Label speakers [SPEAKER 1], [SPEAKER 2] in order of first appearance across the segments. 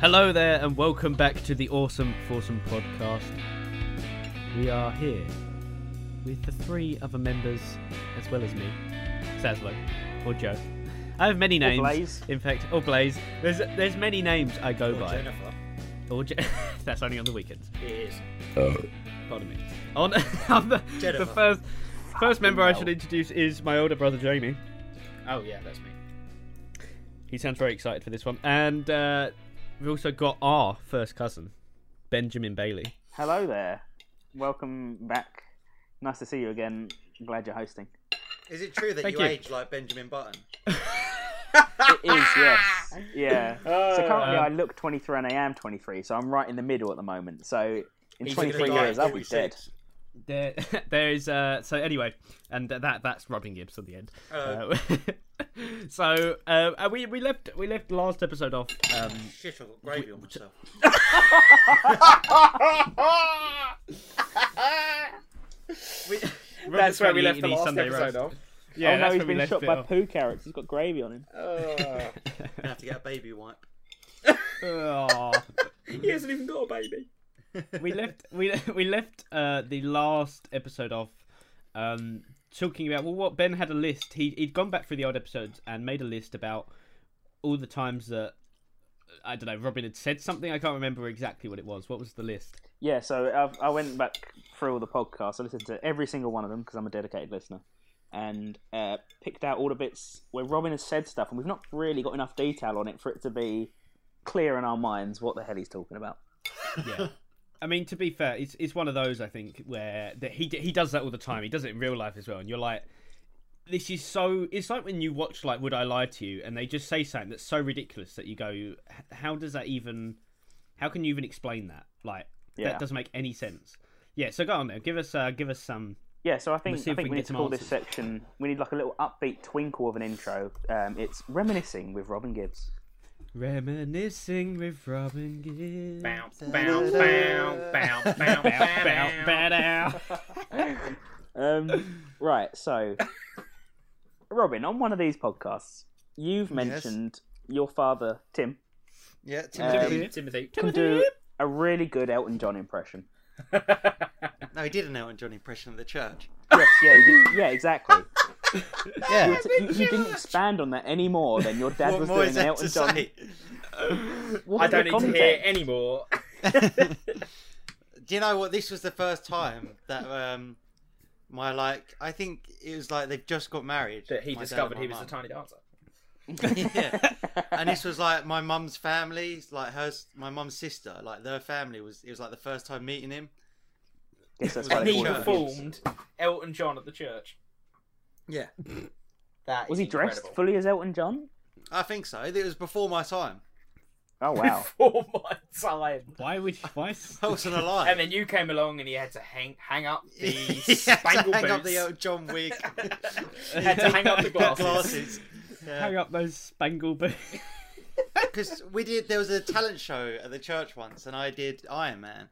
[SPEAKER 1] Hello there, and welcome back to the Awesome Foursome podcast. We are here with the three other members, as well as me, Saslo, or Joe. I have many names.
[SPEAKER 2] Blaze.
[SPEAKER 1] In fact, or Blaze. There's there's many names I go
[SPEAKER 2] Or
[SPEAKER 1] by.
[SPEAKER 2] Jennifer.
[SPEAKER 1] Or Je- that's only on the weekends.
[SPEAKER 2] It is.
[SPEAKER 1] Pardon me. On I'm the,
[SPEAKER 2] Jennifer.
[SPEAKER 1] the first first member I
[SPEAKER 2] hell.
[SPEAKER 1] should introduce is my older brother Jamie.
[SPEAKER 2] Oh yeah, that's me.
[SPEAKER 1] He sounds very excited for this one, and uh, we've also got our first cousin, Benjamin Bailey.
[SPEAKER 3] Hello there. Welcome back. Nice to see you again. Glad you're hosting.
[SPEAKER 2] Is it true that
[SPEAKER 1] Thank
[SPEAKER 2] you,
[SPEAKER 1] you.
[SPEAKER 2] age like Benjamin Button?
[SPEAKER 3] It is, yes. Yeah.
[SPEAKER 2] Uh,
[SPEAKER 3] so currently
[SPEAKER 1] um,
[SPEAKER 3] I look 23 and I am 23, so I'm right in the middle at the moment. So in
[SPEAKER 2] He's
[SPEAKER 3] 23
[SPEAKER 2] gonna die
[SPEAKER 3] years,
[SPEAKER 2] at
[SPEAKER 3] I'll be dead.
[SPEAKER 2] 46.
[SPEAKER 1] There, there is. Uh, so anyway, and that that's Robin Gibbs at the end.
[SPEAKER 2] Hello.
[SPEAKER 1] Uh, so uh, and we we left we left last episode off. Um,
[SPEAKER 2] Shit, I've got gravy on myself.
[SPEAKER 1] That's where we left the last Sunday episode roast. yeah,
[SPEAKER 3] oh no,
[SPEAKER 1] that's
[SPEAKER 3] he's
[SPEAKER 1] where we
[SPEAKER 3] been
[SPEAKER 1] left
[SPEAKER 3] shot
[SPEAKER 1] it
[SPEAKER 3] by
[SPEAKER 1] off.
[SPEAKER 3] poo carrots. He's got gravy on him.
[SPEAKER 2] Gonna have to get a baby wipe.
[SPEAKER 1] Aw.
[SPEAKER 2] He hasn't even got a baby.
[SPEAKER 1] we left we we left uh, the last episode off um, talking about well what Ben had a list he he'd gone back through the old episodes and made a list about all the times that I don't know Robin had said something I can't remember exactly what it was what was the list
[SPEAKER 3] Yeah, so I've, I went back through all the podcasts. I listened to every single one of them because I'm a dedicated listener, and uh, picked out all the bits where Robin has said stuff, and we've not really got enough detail on it for it to be clear in our minds what the hell he's talking about.
[SPEAKER 1] yeah. I mean, to be fair, it's it's one of those I think where that he d- he does that all the time. He does it in real life as well, and you're like, this is so. It's like when you watch like Would I Lie to You, and they just say something that's so ridiculous that you go, "H- how does that even? How can you even explain that? Like
[SPEAKER 3] Yeah.
[SPEAKER 1] that doesn't make any sense. Yeah. So go on there. Give us uh, give us some.
[SPEAKER 3] Yeah, so I think
[SPEAKER 1] Let's see
[SPEAKER 3] I
[SPEAKER 1] if we
[SPEAKER 3] think
[SPEAKER 1] can get
[SPEAKER 3] we need to
[SPEAKER 1] some
[SPEAKER 3] call
[SPEAKER 1] answers.
[SPEAKER 3] this section. We need like a little upbeat twinkle of an intro. Um, it's reminiscing with Robin Gibbs.
[SPEAKER 1] Reminiscing with Robin Gibbs.
[SPEAKER 2] Bow, bow, bow, bow, bow,
[SPEAKER 1] Bow, bow, bow, down.
[SPEAKER 3] Um, right, so Robin, on one of these podcasts, you've mentioned your father Tim
[SPEAKER 2] Yeah,
[SPEAKER 1] Um,
[SPEAKER 3] Timothy.
[SPEAKER 2] Timothy. Timothy.
[SPEAKER 3] can do a really good Elton John impression.
[SPEAKER 2] No, he did an Elton John impression of the church.
[SPEAKER 3] Yes, yeah, you did- yeah, exactly.
[SPEAKER 2] Yeah.
[SPEAKER 3] You, you didn't expand on that any more than your dad
[SPEAKER 2] What
[SPEAKER 3] was
[SPEAKER 2] more is
[SPEAKER 3] doing an
[SPEAKER 2] that
[SPEAKER 3] Elton
[SPEAKER 2] to
[SPEAKER 3] John.
[SPEAKER 2] say?
[SPEAKER 3] What was the context?
[SPEAKER 1] anymore.
[SPEAKER 2] Do you know what? This was the first time that um, my like. I think it was like they've just got married. my dad and my mum.
[SPEAKER 1] tiny dancer.
[SPEAKER 2] yeah. And this was like my mum's family, like her, my mum's sister, like their family was. It was like the first time meeting him.
[SPEAKER 3] Yes, that's
[SPEAKER 2] And
[SPEAKER 3] why they
[SPEAKER 2] he
[SPEAKER 3] call him
[SPEAKER 2] performed.
[SPEAKER 3] Gibbs.
[SPEAKER 1] Elton John at the church.
[SPEAKER 2] Yeah. That
[SPEAKER 3] Was he dressed fully as Elton John?
[SPEAKER 2] I think so. It was before my time.
[SPEAKER 3] Oh wow!
[SPEAKER 4] for my time.
[SPEAKER 1] Why would why? s-
[SPEAKER 2] I wasn't alive.
[SPEAKER 4] And then you came along and he had to hang hang up the
[SPEAKER 2] He had to
[SPEAKER 4] spangle
[SPEAKER 2] hang
[SPEAKER 4] boots.
[SPEAKER 2] up the old John Wick
[SPEAKER 4] had to hang up the glasses.
[SPEAKER 2] glasses.
[SPEAKER 1] Hang up those spangle boots.
[SPEAKER 2] Because we did. There was a talent show at the church once, and I did Iron Man.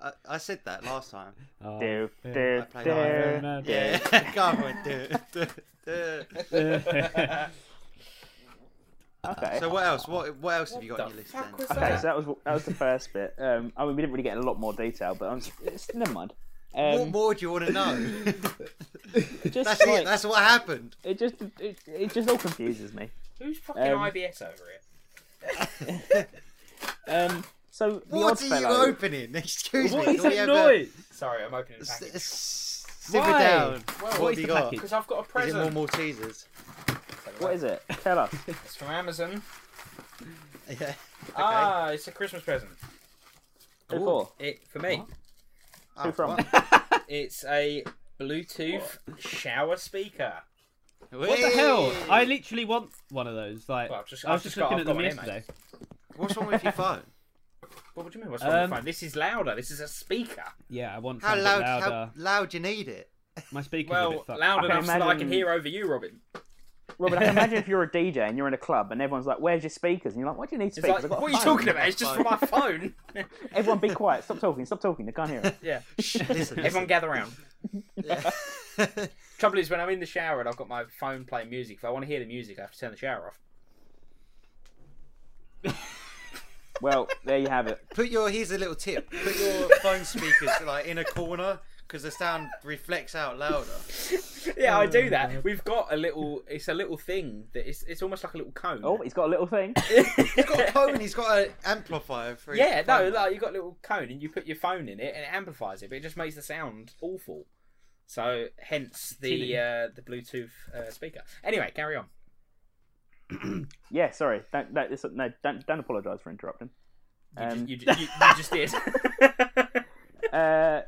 [SPEAKER 2] I, I said that last time.
[SPEAKER 1] Oh,
[SPEAKER 3] Do
[SPEAKER 1] yeah.
[SPEAKER 2] I
[SPEAKER 3] do
[SPEAKER 2] played
[SPEAKER 3] do.
[SPEAKER 1] Man.
[SPEAKER 2] Iron Man. Yeah, God, I went, duh, duh, duh.
[SPEAKER 3] Okay.
[SPEAKER 2] So what else? What what else have you got on your list? Then?
[SPEAKER 3] Okay, so that was that was the first bit. Um, I mean, we didn't really get a lot more detail, but I'm it's, never mind. Um,
[SPEAKER 2] what more do you want to know?
[SPEAKER 3] just
[SPEAKER 2] That's
[SPEAKER 3] like-
[SPEAKER 2] it. That's what happened.
[SPEAKER 3] it just it, it just all confuses me.
[SPEAKER 4] Who's fucking
[SPEAKER 3] Um,
[SPEAKER 4] IBS over it?
[SPEAKER 3] Um, so the
[SPEAKER 2] What are you
[SPEAKER 3] Oddfellow,
[SPEAKER 2] opening? Excuse
[SPEAKER 1] What
[SPEAKER 2] me.
[SPEAKER 1] is
[SPEAKER 2] can we
[SPEAKER 1] that
[SPEAKER 2] have
[SPEAKER 1] noise?
[SPEAKER 4] Sorry, I'm opening the
[SPEAKER 2] A... S-
[SPEAKER 4] package
[SPEAKER 2] s- Simmer
[SPEAKER 1] Why?
[SPEAKER 2] down.
[SPEAKER 4] Well,
[SPEAKER 2] what
[SPEAKER 4] what
[SPEAKER 2] have
[SPEAKER 1] is
[SPEAKER 2] you
[SPEAKER 1] the
[SPEAKER 2] got?
[SPEAKER 1] package?
[SPEAKER 4] because I've got a
[SPEAKER 2] Is it
[SPEAKER 4] present.
[SPEAKER 2] more Maltesers?
[SPEAKER 3] What is it? Tell us.
[SPEAKER 4] It's from Amazon.
[SPEAKER 2] Yeah. Okay.
[SPEAKER 4] Ah, it's a Christmas present.
[SPEAKER 3] Who for?
[SPEAKER 4] It for me.
[SPEAKER 2] Oh,
[SPEAKER 3] Who from?
[SPEAKER 2] what?
[SPEAKER 4] It's a Bluetooth shower speaker.
[SPEAKER 1] What the hell?
[SPEAKER 2] Hey!
[SPEAKER 1] I literally want one of those. Like
[SPEAKER 4] Well, I've just-
[SPEAKER 1] I was
[SPEAKER 4] I've
[SPEAKER 1] just
[SPEAKER 4] just got-
[SPEAKER 1] looking
[SPEAKER 4] I've
[SPEAKER 1] at
[SPEAKER 4] got
[SPEAKER 1] them
[SPEAKER 4] one here,
[SPEAKER 1] yesterday.
[SPEAKER 2] What's wrong with your phone?
[SPEAKER 4] What do you mean? What's wrong with
[SPEAKER 1] Um,
[SPEAKER 4] the phone? This is louder. This is a speaker.
[SPEAKER 1] Yeah, I want
[SPEAKER 2] How
[SPEAKER 1] something
[SPEAKER 2] loud? How
[SPEAKER 1] louder.
[SPEAKER 2] loud you need it?
[SPEAKER 1] My speaker's a
[SPEAKER 4] Well,
[SPEAKER 1] bit fucked.
[SPEAKER 4] loud
[SPEAKER 3] I can
[SPEAKER 4] enough so that I can
[SPEAKER 3] imagine-
[SPEAKER 4] hear over you, Robin.
[SPEAKER 3] Robin, I can imagine if you're a DJ and you're in a club and everyone's like, "Where's your speakers?" and you're like, "What do you need
[SPEAKER 4] It's
[SPEAKER 3] speakers?"
[SPEAKER 4] like,
[SPEAKER 3] I've got a
[SPEAKER 4] what are you
[SPEAKER 3] phone."
[SPEAKER 4] talking about? It's just from my phone.
[SPEAKER 3] Everyone, be quiet. Stop talking. Stop talking. They can't hear it.
[SPEAKER 4] yeah.
[SPEAKER 2] Shh, listen,
[SPEAKER 4] Everyone
[SPEAKER 2] listen.
[SPEAKER 4] gather round.
[SPEAKER 2] Yeah.
[SPEAKER 4] Trouble is, when I'm in the shower and I've got my phone playing music, if I want to hear the music, I have to turn the shower off.
[SPEAKER 3] Well, there you have it.
[SPEAKER 2] Put your here's a little tip. Put your phone speakers like in a corner because the sound reflects out louder.
[SPEAKER 4] yeah, I do that. We've got a little. It's a little thing that it's. It's almost like a little cone.
[SPEAKER 3] Oh, he's got a little thing.
[SPEAKER 2] He's got a cone. He's got an amplifier for. his
[SPEAKER 4] yeah, no,
[SPEAKER 2] phone.
[SPEAKER 4] like you got a little cone and you put your phone in it and it amplifies it, but it just makes the sound awful. So hence the uh, the Bluetooth uh, speaker. Anyway, carry on.
[SPEAKER 3] Yeah, sorry. Don't, don't, it's- no, don't, don't apologise for interrupting.
[SPEAKER 4] You,
[SPEAKER 3] Um,
[SPEAKER 4] ju- you, ju- you, you just did.
[SPEAKER 3] uh,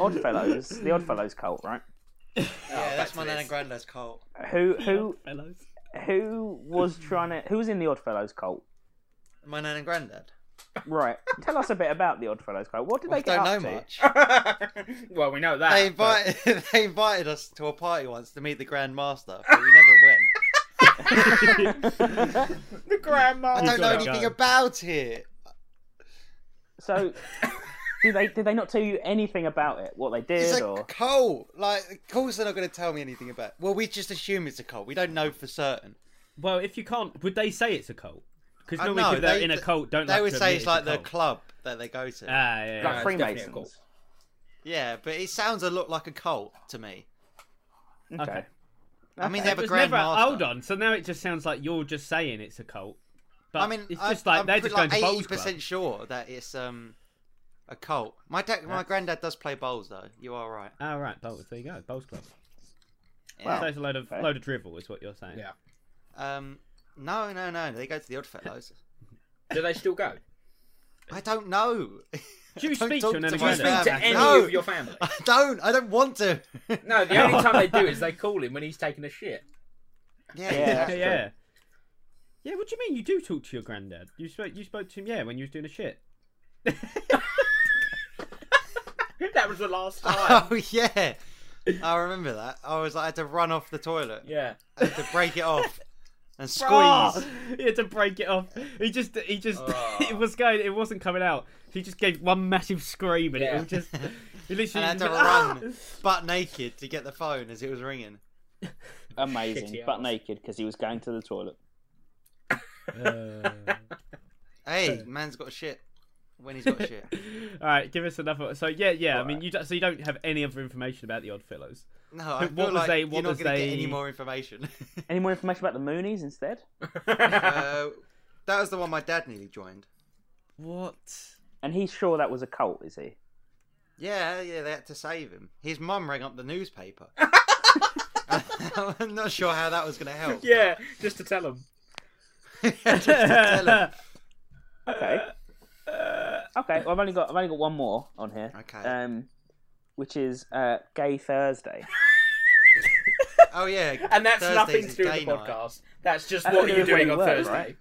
[SPEAKER 3] Oddfellows, the Oddfellows cult, right?
[SPEAKER 2] yeah,
[SPEAKER 4] oh, back
[SPEAKER 2] that's
[SPEAKER 4] to
[SPEAKER 2] my nan and
[SPEAKER 4] this.
[SPEAKER 2] granddad's cult.
[SPEAKER 3] Who who
[SPEAKER 1] Fellows.
[SPEAKER 3] who was trying to who was in the Oddfellows cult?
[SPEAKER 2] My nan and granddad.
[SPEAKER 3] Right, tell us a bit about the Oddfellows cult. What did
[SPEAKER 2] I
[SPEAKER 3] they get
[SPEAKER 2] don't know
[SPEAKER 3] up to?
[SPEAKER 2] much.
[SPEAKER 4] well, we know that.
[SPEAKER 2] They
[SPEAKER 4] but-
[SPEAKER 2] invited they invited us to a party once to meet the Grand Master, but we never went.
[SPEAKER 4] the grandma.
[SPEAKER 2] I don't know
[SPEAKER 1] gotta go.
[SPEAKER 2] anything about it.
[SPEAKER 3] So, did they did they not tell you anything about it? What they
[SPEAKER 2] It's
[SPEAKER 3] did
[SPEAKER 2] a
[SPEAKER 3] or
[SPEAKER 2] cult. Like, of course they're not going to tell me anything about. it. Well, we just assume it's a cult. We don't know for certain.
[SPEAKER 1] Well, if you can't, would they say it's a cult? Because
[SPEAKER 2] Uh,
[SPEAKER 1] normally
[SPEAKER 2] no,
[SPEAKER 1] people that are
[SPEAKER 2] they-
[SPEAKER 1] in a cult don't.
[SPEAKER 2] They
[SPEAKER 1] like
[SPEAKER 2] would
[SPEAKER 1] to admit
[SPEAKER 2] say it's like
[SPEAKER 1] a
[SPEAKER 2] the
[SPEAKER 1] cult.
[SPEAKER 2] club that they go to.
[SPEAKER 1] Ah, yeah, yeah.
[SPEAKER 3] like
[SPEAKER 4] it's definitely a
[SPEAKER 3] Freemasons?
[SPEAKER 2] yeah, but it sounds a lot like a cult to me.
[SPEAKER 3] Okay.
[SPEAKER 1] Okay.
[SPEAKER 2] I
[SPEAKER 3] Okay.
[SPEAKER 2] mean, they have
[SPEAKER 1] It
[SPEAKER 2] a
[SPEAKER 1] was
[SPEAKER 2] Grand
[SPEAKER 1] never.
[SPEAKER 2] Master.
[SPEAKER 1] Hold on. So now it just sounds like you're just saying it's a cult. But
[SPEAKER 2] I mean,
[SPEAKER 1] it's
[SPEAKER 2] I-
[SPEAKER 1] just like
[SPEAKER 2] I'm
[SPEAKER 1] they're
[SPEAKER 2] pretty-
[SPEAKER 1] just
[SPEAKER 2] like
[SPEAKER 1] going to bowls club.
[SPEAKER 2] percent sure that it's um a cult. My dad, my granddad does play bowls though. You are right.
[SPEAKER 1] Ah, right, bowls. There you go, bowls club.
[SPEAKER 3] Wow.
[SPEAKER 1] So it's a load of
[SPEAKER 3] Fair.
[SPEAKER 1] load of drivel, is what you're saying.
[SPEAKER 4] Yeah.
[SPEAKER 2] Um, no, no, no. They go to the Oddfellows.
[SPEAKER 4] Do they still go?
[SPEAKER 2] I don't know.
[SPEAKER 1] Do you
[SPEAKER 2] Don't
[SPEAKER 1] speak
[SPEAKER 2] talk
[SPEAKER 1] to an
[SPEAKER 2] to my
[SPEAKER 1] Anaconda?
[SPEAKER 2] friend.
[SPEAKER 4] Speak to
[SPEAKER 2] Um,
[SPEAKER 4] any
[SPEAKER 2] no.
[SPEAKER 4] of your family.
[SPEAKER 2] I don't. I don't want to. yeah,
[SPEAKER 4] No, the only time they do is they call him when he's taking a shit.
[SPEAKER 3] Yeah.
[SPEAKER 1] Yeah,
[SPEAKER 3] That's
[SPEAKER 1] yeah. Yeah, what do you mean? You do talk to your granddad. You spoke. You spoke to him. Yeah, when you was doing a shit.
[SPEAKER 4] that was the last time.
[SPEAKER 2] Oh yeah. I remember that. I was like, I had to run off the toilet
[SPEAKER 4] yeah.
[SPEAKER 2] I had to break it off and squeeze.
[SPEAKER 1] Oh, he had to break it off. He just, he just,
[SPEAKER 4] Oh.
[SPEAKER 1] it was going, it wasn't coming out. He just gave one massive scream, and it
[SPEAKER 4] Yeah.
[SPEAKER 1] all just, he literally
[SPEAKER 2] And I had to
[SPEAKER 1] just went, "Ah!"
[SPEAKER 2] run butt naked to get the phone as it was ringing.
[SPEAKER 3] Amazing,
[SPEAKER 4] Shitty
[SPEAKER 3] but
[SPEAKER 4] hours.
[SPEAKER 3] naked because he was going to the toilet.
[SPEAKER 1] "Ah!"
[SPEAKER 2] Hey, man's got shit when he's got shit.
[SPEAKER 1] all right, give us another. So yeah, yeah. I mean,
[SPEAKER 3] Alright.
[SPEAKER 1] you don't, so you don't have any other information about the Odd Fellows.
[SPEAKER 2] No, I
[SPEAKER 1] What
[SPEAKER 2] feel
[SPEAKER 1] was
[SPEAKER 2] like
[SPEAKER 1] they-
[SPEAKER 2] you're
[SPEAKER 1] what
[SPEAKER 2] not
[SPEAKER 1] was
[SPEAKER 2] going to get any
[SPEAKER 1] they-
[SPEAKER 2] more information.
[SPEAKER 3] Any more information about the Moonies instead?
[SPEAKER 2] uh, that was the one my dad nearly joined.
[SPEAKER 1] What?
[SPEAKER 3] And he's sure that was a cult, is he?
[SPEAKER 2] Yeah, yeah, they had to save him. His mum rang up the newspaper. I'm not sure how that was going to help.
[SPEAKER 4] yeah, just to tell him.
[SPEAKER 2] Just to tell him.
[SPEAKER 3] Okay.
[SPEAKER 4] Uh,
[SPEAKER 3] okay. Well, I've only got I've only got one more on here.
[SPEAKER 2] Okay.
[SPEAKER 3] Um, which is uh, Gay Thursday.
[SPEAKER 2] Oh yeah,
[SPEAKER 4] And that's
[SPEAKER 2] Thursdays
[SPEAKER 4] nothing
[SPEAKER 2] is
[SPEAKER 4] to do with
[SPEAKER 2] gay
[SPEAKER 4] the
[SPEAKER 2] night.
[SPEAKER 4] podcast. That's just
[SPEAKER 3] That's to
[SPEAKER 4] what
[SPEAKER 3] do
[SPEAKER 4] you're
[SPEAKER 3] with where
[SPEAKER 4] doing
[SPEAKER 3] you
[SPEAKER 4] on
[SPEAKER 3] work,
[SPEAKER 4] Thursday.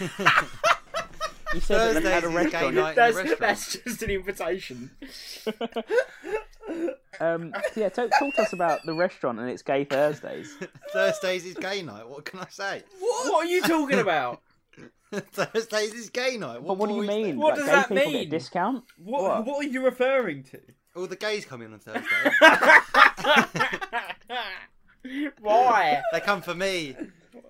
[SPEAKER 3] right? You said that they
[SPEAKER 2] Thursdays
[SPEAKER 3] had a
[SPEAKER 2] is gay
[SPEAKER 3] restaurant.
[SPEAKER 2] night in the
[SPEAKER 4] That's,
[SPEAKER 2] restaurant.
[SPEAKER 4] that's just an invitation.
[SPEAKER 3] Um, yeah, talk, talk to us about the restaurant and its Gay Thursdays.
[SPEAKER 2] Thursdays is gay night. What can I say?
[SPEAKER 4] What, are you talking about?
[SPEAKER 2] Thursdays is gay night.
[SPEAKER 3] But what do you
[SPEAKER 2] more is there?
[SPEAKER 3] mean?
[SPEAKER 4] What
[SPEAKER 3] Like,
[SPEAKER 4] does
[SPEAKER 3] gay
[SPEAKER 4] that
[SPEAKER 3] people Get a
[SPEAKER 4] mean?
[SPEAKER 3] discount?
[SPEAKER 1] What? What, are you referring to?
[SPEAKER 2] All the gays come in on Thursday.
[SPEAKER 4] Why?
[SPEAKER 2] they come for me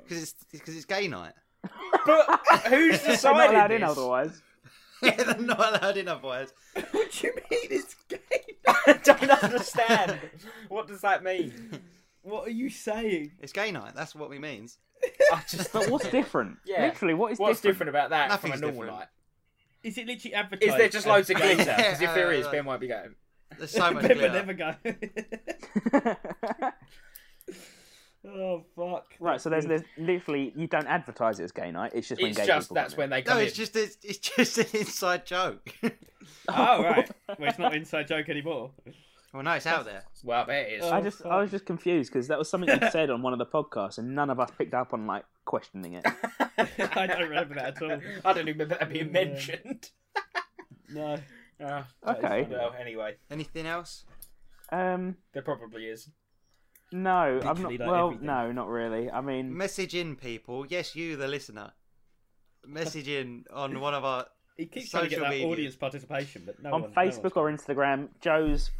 [SPEAKER 2] because it's because it's gay night.
[SPEAKER 4] But who's
[SPEAKER 3] They're not allowed
[SPEAKER 4] decided
[SPEAKER 3] in
[SPEAKER 4] this?
[SPEAKER 3] otherwise.
[SPEAKER 2] Yeah, they're not allowed in otherwise.
[SPEAKER 1] What do you mean it's gay?
[SPEAKER 4] I don't understand. What does that mean?
[SPEAKER 1] What are you saying?
[SPEAKER 2] It's gay night. That's what we means.
[SPEAKER 4] I just
[SPEAKER 3] But what's different?
[SPEAKER 4] Yeah.
[SPEAKER 3] Literally, what is
[SPEAKER 4] What's different
[SPEAKER 3] different?
[SPEAKER 4] about that from
[SPEAKER 2] Nothing's
[SPEAKER 4] a normal
[SPEAKER 2] different. uh,
[SPEAKER 4] night?
[SPEAKER 1] Is it literally advertising?
[SPEAKER 4] Is there just loads of glitter? Because if there
[SPEAKER 2] Yeah,
[SPEAKER 4] is,
[SPEAKER 2] uh,
[SPEAKER 4] Ben won't be going.
[SPEAKER 2] There's so much
[SPEAKER 1] Never,
[SPEAKER 2] glitter.
[SPEAKER 1] never go. oh fuck.
[SPEAKER 3] right, so there's, there's literally you don't advertise it as gay night. It's just when
[SPEAKER 4] It's
[SPEAKER 3] gay
[SPEAKER 4] just
[SPEAKER 3] people
[SPEAKER 4] that's
[SPEAKER 3] come
[SPEAKER 4] when
[SPEAKER 3] in.
[SPEAKER 4] they
[SPEAKER 2] No,
[SPEAKER 4] come in.
[SPEAKER 2] it's just it's, it's just an inside joke.
[SPEAKER 1] Oh right. Well, it's not inside joke anymore.
[SPEAKER 2] well, no, it's out there.
[SPEAKER 4] Well, I bet it is.
[SPEAKER 1] Oh.
[SPEAKER 3] I just I was just confused because that was something you said on one of the podcasts and none of us picked up on like questioning it.
[SPEAKER 1] I don't remember that at all.
[SPEAKER 4] I don't remember that being
[SPEAKER 1] Yeah.
[SPEAKER 4] mentioned.
[SPEAKER 1] No.
[SPEAKER 4] Uh,
[SPEAKER 3] Okay.
[SPEAKER 4] well, anyway,
[SPEAKER 2] Anything else?
[SPEAKER 3] Um,
[SPEAKER 4] there probably is.
[SPEAKER 3] no, I'm
[SPEAKER 1] Literally,
[SPEAKER 3] not.
[SPEAKER 1] like,
[SPEAKER 3] well,
[SPEAKER 1] everything.
[SPEAKER 3] no, not really. I mean,
[SPEAKER 2] Message in, people. Yes, you, the listener. Message in on one of our.
[SPEAKER 1] He keeps
[SPEAKER 2] Social
[SPEAKER 1] trying to get that
[SPEAKER 2] media.
[SPEAKER 1] audience participation, but no
[SPEAKER 3] on
[SPEAKER 1] one,
[SPEAKER 3] Facebook
[SPEAKER 1] no
[SPEAKER 3] or Instagram, Joe's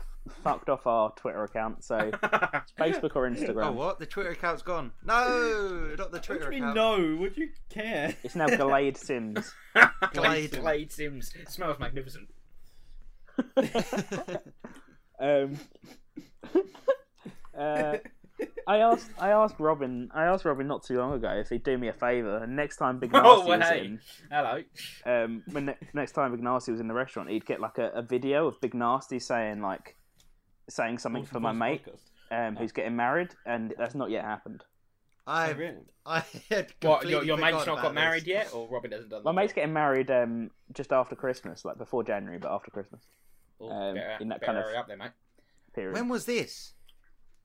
[SPEAKER 3] fucked off our Twitter account, so it's Facebook or Instagram.
[SPEAKER 2] Oh, what? The Twitter account's gone. No, not the Twitter
[SPEAKER 1] What do you mean,
[SPEAKER 2] account.
[SPEAKER 1] no? Would you care?
[SPEAKER 3] It's now Glade Sims.
[SPEAKER 4] Glade,
[SPEAKER 2] Glade.
[SPEAKER 4] Glade Sims. smells magnificent.
[SPEAKER 3] Um, uh, I asked I asked Robin I asked Robin not too long ago if he'd do me a favour and next time Big Nasty
[SPEAKER 4] Oh,
[SPEAKER 3] was
[SPEAKER 4] hey.
[SPEAKER 3] in
[SPEAKER 4] Hello.
[SPEAKER 3] um, when ne- next time Big Nasty was in the restaurant he'd get like a, a video of Big Nasty saying like saying something for my mate um, who's getting married and that's not yet happened.
[SPEAKER 1] Oh,
[SPEAKER 2] I
[SPEAKER 1] really?
[SPEAKER 2] I had
[SPEAKER 4] What?
[SPEAKER 2] completely
[SPEAKER 4] Your, your
[SPEAKER 2] forgot
[SPEAKER 4] mate's not
[SPEAKER 2] about
[SPEAKER 4] got
[SPEAKER 2] this.
[SPEAKER 4] married yet, or Robin hasn't done
[SPEAKER 3] My
[SPEAKER 4] that?
[SPEAKER 3] mate's getting married um, just after Christmas, like before January, but after Christmas
[SPEAKER 4] Oh,
[SPEAKER 3] um,
[SPEAKER 4] better,
[SPEAKER 3] in that
[SPEAKER 4] better
[SPEAKER 3] kind of-
[SPEAKER 4] hurry up there, mate.
[SPEAKER 3] period.
[SPEAKER 2] When was this?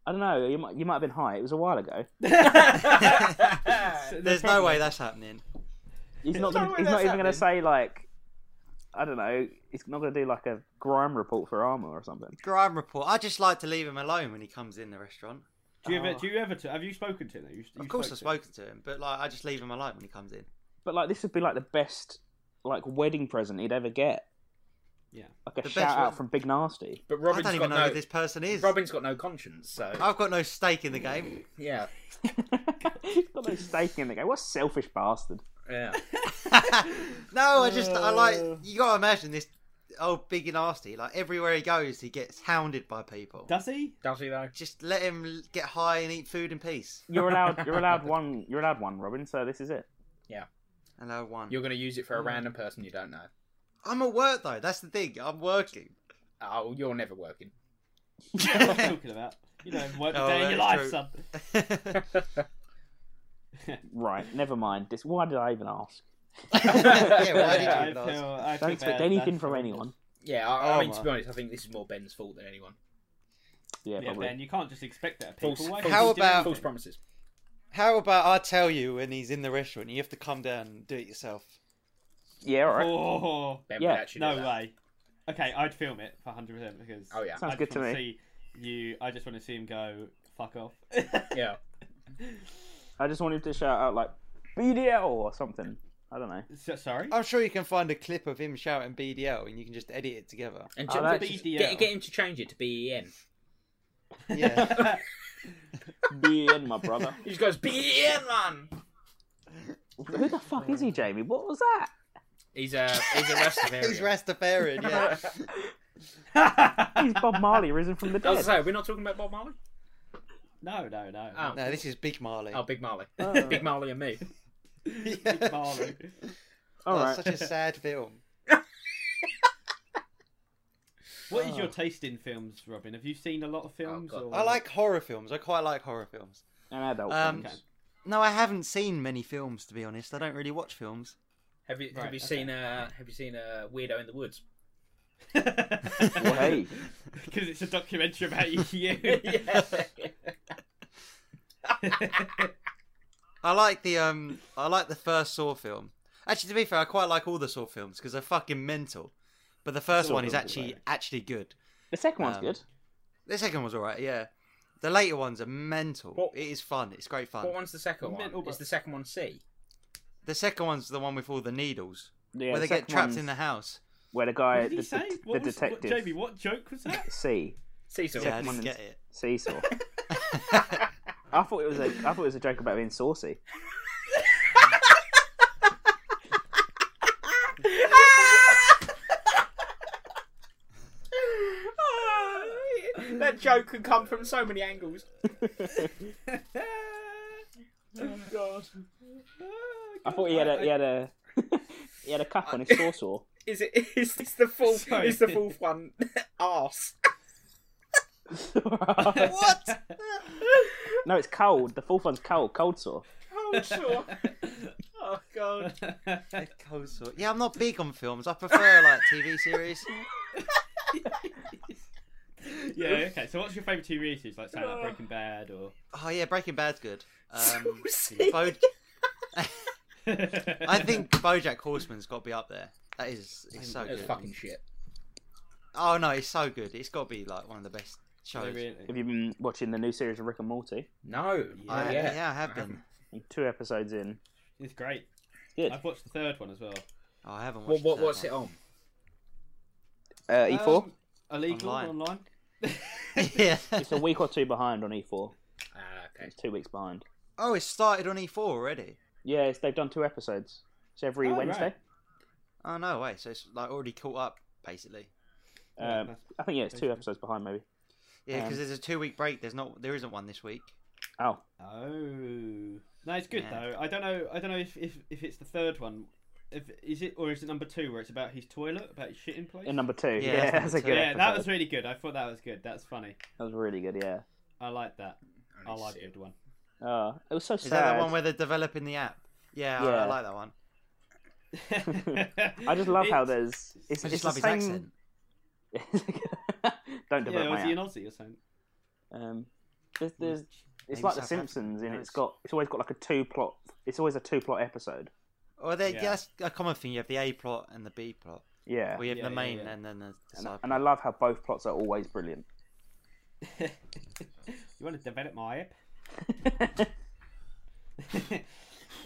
[SPEAKER 3] I don't know. You might you might have been high. It was a while ago.
[SPEAKER 1] So
[SPEAKER 2] There's no way that's happening.
[SPEAKER 3] He's not.
[SPEAKER 1] No
[SPEAKER 3] Gonna,
[SPEAKER 1] way
[SPEAKER 3] he's
[SPEAKER 1] that's
[SPEAKER 3] not even going
[SPEAKER 1] happening.
[SPEAKER 3] to say like, I don't know. He's not going to do like a crime report for armor or something.
[SPEAKER 2] Grime report. I just like to leave him alone when he comes in the restaurant.
[SPEAKER 1] Do you ever?
[SPEAKER 3] Oh.
[SPEAKER 1] Do you ever? T- have you spoken to him? You,
[SPEAKER 2] Of
[SPEAKER 1] you
[SPEAKER 2] course, I've
[SPEAKER 1] spoke
[SPEAKER 2] spoken to him, but like I just leave him alone when he comes in.
[SPEAKER 3] But like, this would be like the best like wedding present he'd ever get.
[SPEAKER 1] Yeah.
[SPEAKER 3] Like a
[SPEAKER 2] The best
[SPEAKER 3] shout out
[SPEAKER 2] one.
[SPEAKER 3] from Big Nasty.
[SPEAKER 4] But Robin's
[SPEAKER 2] I don't
[SPEAKER 4] got
[SPEAKER 2] even know
[SPEAKER 4] no.
[SPEAKER 2] who this person is.
[SPEAKER 4] Robin's got no conscience, so
[SPEAKER 2] I've got no stake in the game.
[SPEAKER 4] yeah,
[SPEAKER 3] he's got no stake in the game. What a selfish bastard!
[SPEAKER 4] yeah.
[SPEAKER 2] no, I just I like
[SPEAKER 1] Uh.
[SPEAKER 2] you gotta imagine this old big and nasty. Like everywhere he goes, he gets hounded by people.
[SPEAKER 1] to. Does he?
[SPEAKER 4] Does he though?
[SPEAKER 2] Just let him l- get high and eat food in peace.
[SPEAKER 3] You're allowed. You're allowed one. You're allowed one, Robin. So this is it.
[SPEAKER 2] And I won.
[SPEAKER 4] You're going to use it for a random person you don't know.
[SPEAKER 2] I'm at work though. That's the thing. I'm working.
[SPEAKER 4] Oh, you're never working.
[SPEAKER 1] That's what I'm talking about. You don't even work a
[SPEAKER 2] Oh,
[SPEAKER 1] day in your
[SPEAKER 2] that's
[SPEAKER 1] life,
[SPEAKER 2] true.
[SPEAKER 1] son.
[SPEAKER 3] Right. Never mind. This. Why did I even ask?
[SPEAKER 2] yeah, why did
[SPEAKER 1] Yeah,
[SPEAKER 2] you even
[SPEAKER 1] I
[SPEAKER 2] ask?
[SPEAKER 1] feel, I feel
[SPEAKER 3] Don't expect
[SPEAKER 1] bad.
[SPEAKER 3] anything
[SPEAKER 1] That's
[SPEAKER 3] from
[SPEAKER 1] horrible.
[SPEAKER 3] anyone.
[SPEAKER 4] Yeah, I, I
[SPEAKER 2] Oh,
[SPEAKER 4] mean to
[SPEAKER 2] my.
[SPEAKER 4] be honest, I think this is more Ben's fault than anyone.
[SPEAKER 3] Yeah,
[SPEAKER 1] Yeah,
[SPEAKER 3] probably.
[SPEAKER 1] Ben, you can't just expect that. of
[SPEAKER 4] False,
[SPEAKER 1] People. Why
[SPEAKER 4] false-
[SPEAKER 1] would you
[SPEAKER 2] How
[SPEAKER 1] do
[SPEAKER 2] about-
[SPEAKER 1] anything?
[SPEAKER 4] false promises?
[SPEAKER 2] How about I tell you when he's in the restaurant? You have to come down and do it yourself.
[SPEAKER 3] Yeah. All right.
[SPEAKER 1] Oh,
[SPEAKER 4] Ben
[SPEAKER 3] Yeah.
[SPEAKER 4] would actually do
[SPEAKER 1] no
[SPEAKER 4] that.
[SPEAKER 1] way. Okay, I'd film it for 100 percent because.
[SPEAKER 4] Oh yeah,
[SPEAKER 3] Sounds
[SPEAKER 1] I
[SPEAKER 3] good
[SPEAKER 1] just
[SPEAKER 3] to
[SPEAKER 1] wanna
[SPEAKER 3] me.
[SPEAKER 1] See you, I just want to see him go. Fuck off.
[SPEAKER 4] yeah.
[SPEAKER 3] I just wanted to shout out like BDL or something. I don't know.
[SPEAKER 1] So- sorry.
[SPEAKER 2] I'm sure you can find a clip of him shouting BDL and you can just edit it together.
[SPEAKER 4] And
[SPEAKER 3] Oh,
[SPEAKER 4] ju-
[SPEAKER 3] that's-
[SPEAKER 4] ju- get, get him to change it to E BEN.
[SPEAKER 2] Yeah.
[SPEAKER 3] Be in my brother.
[SPEAKER 4] He just goes BEN, man.
[SPEAKER 3] Who the fuck is he, Jamie? What was that?
[SPEAKER 4] He's a he's a Rastafarian.
[SPEAKER 2] He's Rastafarian, yeah.
[SPEAKER 3] He's Bob Marley risen from the
[SPEAKER 4] I was
[SPEAKER 3] dead.
[SPEAKER 4] gonna say, we're not talking about Bob Marley.
[SPEAKER 1] no, no, no.
[SPEAKER 4] Oh,
[SPEAKER 2] no, this is Big Marley.
[SPEAKER 4] oh Big Marley,
[SPEAKER 3] Oh.
[SPEAKER 4] Big Marley and me.
[SPEAKER 1] Big Marley.
[SPEAKER 3] All
[SPEAKER 2] That's
[SPEAKER 3] right.
[SPEAKER 2] such a sad film.
[SPEAKER 1] What is your
[SPEAKER 2] Oh.
[SPEAKER 1] taste in films, Robin? Have you seen a lot of films?
[SPEAKER 4] Oh, God.
[SPEAKER 1] or...
[SPEAKER 2] I like horror films. I quite like horror films.
[SPEAKER 3] An adult.
[SPEAKER 2] Um,
[SPEAKER 3] thing.
[SPEAKER 1] Okay.
[SPEAKER 2] No, I haven't seen many films to be honest. I don't really watch films.
[SPEAKER 4] Have you have
[SPEAKER 1] Right,
[SPEAKER 4] you
[SPEAKER 1] okay.
[SPEAKER 4] seen uh have you seen uh Weirdo in the Woods?
[SPEAKER 3] Well, hey,
[SPEAKER 1] Because it's a documentary about you.
[SPEAKER 4] yeah.
[SPEAKER 2] I like the um, I like the first Saw film. Actually, to be fair, I quite like all the Saw films because they're fucking mental. But the first
[SPEAKER 1] Saw
[SPEAKER 2] one is
[SPEAKER 1] films are
[SPEAKER 2] actually
[SPEAKER 1] great.
[SPEAKER 2] actually good.
[SPEAKER 3] the second one's
[SPEAKER 2] Um,
[SPEAKER 3] good.
[SPEAKER 2] The second one's alright, yeah. The later ones are mental.
[SPEAKER 4] What-
[SPEAKER 2] It is fun. It's great fun.
[SPEAKER 4] What one's the second one?
[SPEAKER 1] Mental, but-
[SPEAKER 4] Is the second one C?
[SPEAKER 2] The second one's the one with all the needles,
[SPEAKER 3] Yeah,
[SPEAKER 2] where
[SPEAKER 3] the
[SPEAKER 2] they get
[SPEAKER 3] second
[SPEAKER 2] trapped
[SPEAKER 3] one's
[SPEAKER 2] in the house.
[SPEAKER 3] where the
[SPEAKER 1] What
[SPEAKER 3] guy,
[SPEAKER 1] did
[SPEAKER 3] the,
[SPEAKER 1] he
[SPEAKER 3] the,
[SPEAKER 1] say?
[SPEAKER 3] the
[SPEAKER 1] What was,
[SPEAKER 3] detective,
[SPEAKER 1] What, Jamie, what joke was that?
[SPEAKER 3] C
[SPEAKER 4] Cecil.
[SPEAKER 2] Yeah, I
[SPEAKER 3] one
[SPEAKER 2] didn't
[SPEAKER 3] is-
[SPEAKER 2] get it.
[SPEAKER 3] seesaw. I thought it was a, I thought it was a joke about being saucy.
[SPEAKER 4] Ah! that joke could come from so many angles. Oh god.
[SPEAKER 3] I thought he had a, he had a, he had a cup on his sawsaw.
[SPEAKER 4] Is it is this the full
[SPEAKER 1] Sorry.
[SPEAKER 4] is the fourth one arse?
[SPEAKER 2] what?
[SPEAKER 3] no, it's cold. The fourth one's cold. Cold saw.
[SPEAKER 4] Oh sure. Oh god.
[SPEAKER 2] A cold sore. Yeah, I'm not big on films. I prefer like TV series.
[SPEAKER 1] yeah, okay. So, what's your favourite TV series? Like, say, like Breaking Bad or.
[SPEAKER 2] Oh yeah, Breaking Bad's good. Um,
[SPEAKER 4] Saucy.
[SPEAKER 2] Bo- I
[SPEAKER 1] I
[SPEAKER 2] think BoJack Horseman's got to be up there. That is, it's so
[SPEAKER 4] That's
[SPEAKER 2] good.
[SPEAKER 4] fucking shit.
[SPEAKER 2] Oh no, it's so good. It's got to be like one of the best shows.
[SPEAKER 3] Have you been watching the new series of Rick and Morty?
[SPEAKER 4] No.
[SPEAKER 2] I,
[SPEAKER 4] not
[SPEAKER 2] yeah.
[SPEAKER 4] yet.
[SPEAKER 2] I have been.
[SPEAKER 3] I'm two episodes in.
[SPEAKER 1] It's great.
[SPEAKER 3] Good.
[SPEAKER 1] I've watched the third one as well.
[SPEAKER 2] Oh, I haven't
[SPEAKER 4] What,
[SPEAKER 2] watched.
[SPEAKER 4] what what's it
[SPEAKER 2] On?
[SPEAKER 4] on?
[SPEAKER 3] Uh, E4.
[SPEAKER 1] Um, illegal
[SPEAKER 2] Online.
[SPEAKER 1] online.
[SPEAKER 2] yeah.
[SPEAKER 3] It's a week or two behind on E E4.
[SPEAKER 4] Ah, okay.
[SPEAKER 3] It's two weeks behind.
[SPEAKER 2] Oh, it started on E4 already.
[SPEAKER 3] Yeah, it's, they've done two episodes. It's every
[SPEAKER 1] Oh, right.
[SPEAKER 3] Wednesday.
[SPEAKER 2] Oh no way! So it's like already caught up basically.
[SPEAKER 1] Yeah,
[SPEAKER 3] Um,
[SPEAKER 1] that's-
[SPEAKER 3] I think yeah, it's two episodes behind maybe.
[SPEAKER 2] Yeah, because
[SPEAKER 3] Um,
[SPEAKER 2] there's a two week break. There's not. There isn't one this week.
[SPEAKER 3] Oh,
[SPEAKER 1] Oh, no, it's good
[SPEAKER 2] Yeah.
[SPEAKER 1] though. I don't know. I don't know if, if, if it's the third one. If is it or is it number two where it's about his toilet, about his shit in place?
[SPEAKER 3] in number two. Yeah,
[SPEAKER 2] that's number
[SPEAKER 3] that's a
[SPEAKER 2] two.
[SPEAKER 3] good.
[SPEAKER 1] yeah, that was
[SPEAKER 3] episode.
[SPEAKER 1] really good. I thought that was good. That's funny.
[SPEAKER 3] that was really good. Yeah.
[SPEAKER 1] I like that.
[SPEAKER 4] I
[SPEAKER 1] I
[SPEAKER 4] need to
[SPEAKER 1] like
[SPEAKER 4] see
[SPEAKER 1] a
[SPEAKER 4] it.
[SPEAKER 1] good one.
[SPEAKER 3] Uh, it was so
[SPEAKER 2] Is
[SPEAKER 3] sad.
[SPEAKER 2] that that one where they're developing the app? Yeah, I,
[SPEAKER 3] Yeah.
[SPEAKER 2] I like that one.
[SPEAKER 3] I just love how
[SPEAKER 1] It's-
[SPEAKER 3] there's. It's,
[SPEAKER 2] I
[SPEAKER 3] it's
[SPEAKER 2] just
[SPEAKER 3] the
[SPEAKER 2] love his
[SPEAKER 3] same...
[SPEAKER 2] accent.
[SPEAKER 3] Don't develop
[SPEAKER 1] yeah,
[SPEAKER 3] my
[SPEAKER 1] Aussie
[SPEAKER 3] app.
[SPEAKER 1] and Aussie or something.
[SPEAKER 3] Um, there's, there's, it's
[SPEAKER 2] Maybe
[SPEAKER 3] like The
[SPEAKER 2] South
[SPEAKER 3] Simpsons,
[SPEAKER 2] African
[SPEAKER 3] and it's
[SPEAKER 2] roots.
[SPEAKER 3] got it's always got like a two plot. It's always a two plot episode.
[SPEAKER 2] Or they, yeah.
[SPEAKER 1] Yeah.
[SPEAKER 2] that's a common thing. You have the A plot and the B plot.
[SPEAKER 3] Yeah,
[SPEAKER 2] We have
[SPEAKER 1] Yeah,
[SPEAKER 2] the
[SPEAKER 1] yeah,
[SPEAKER 2] main
[SPEAKER 1] yeah.
[SPEAKER 2] and then the, the
[SPEAKER 3] and,
[SPEAKER 2] side.
[SPEAKER 3] and I love how both plots are always brilliant.
[SPEAKER 1] you want to develop my app?
[SPEAKER 3] yeah,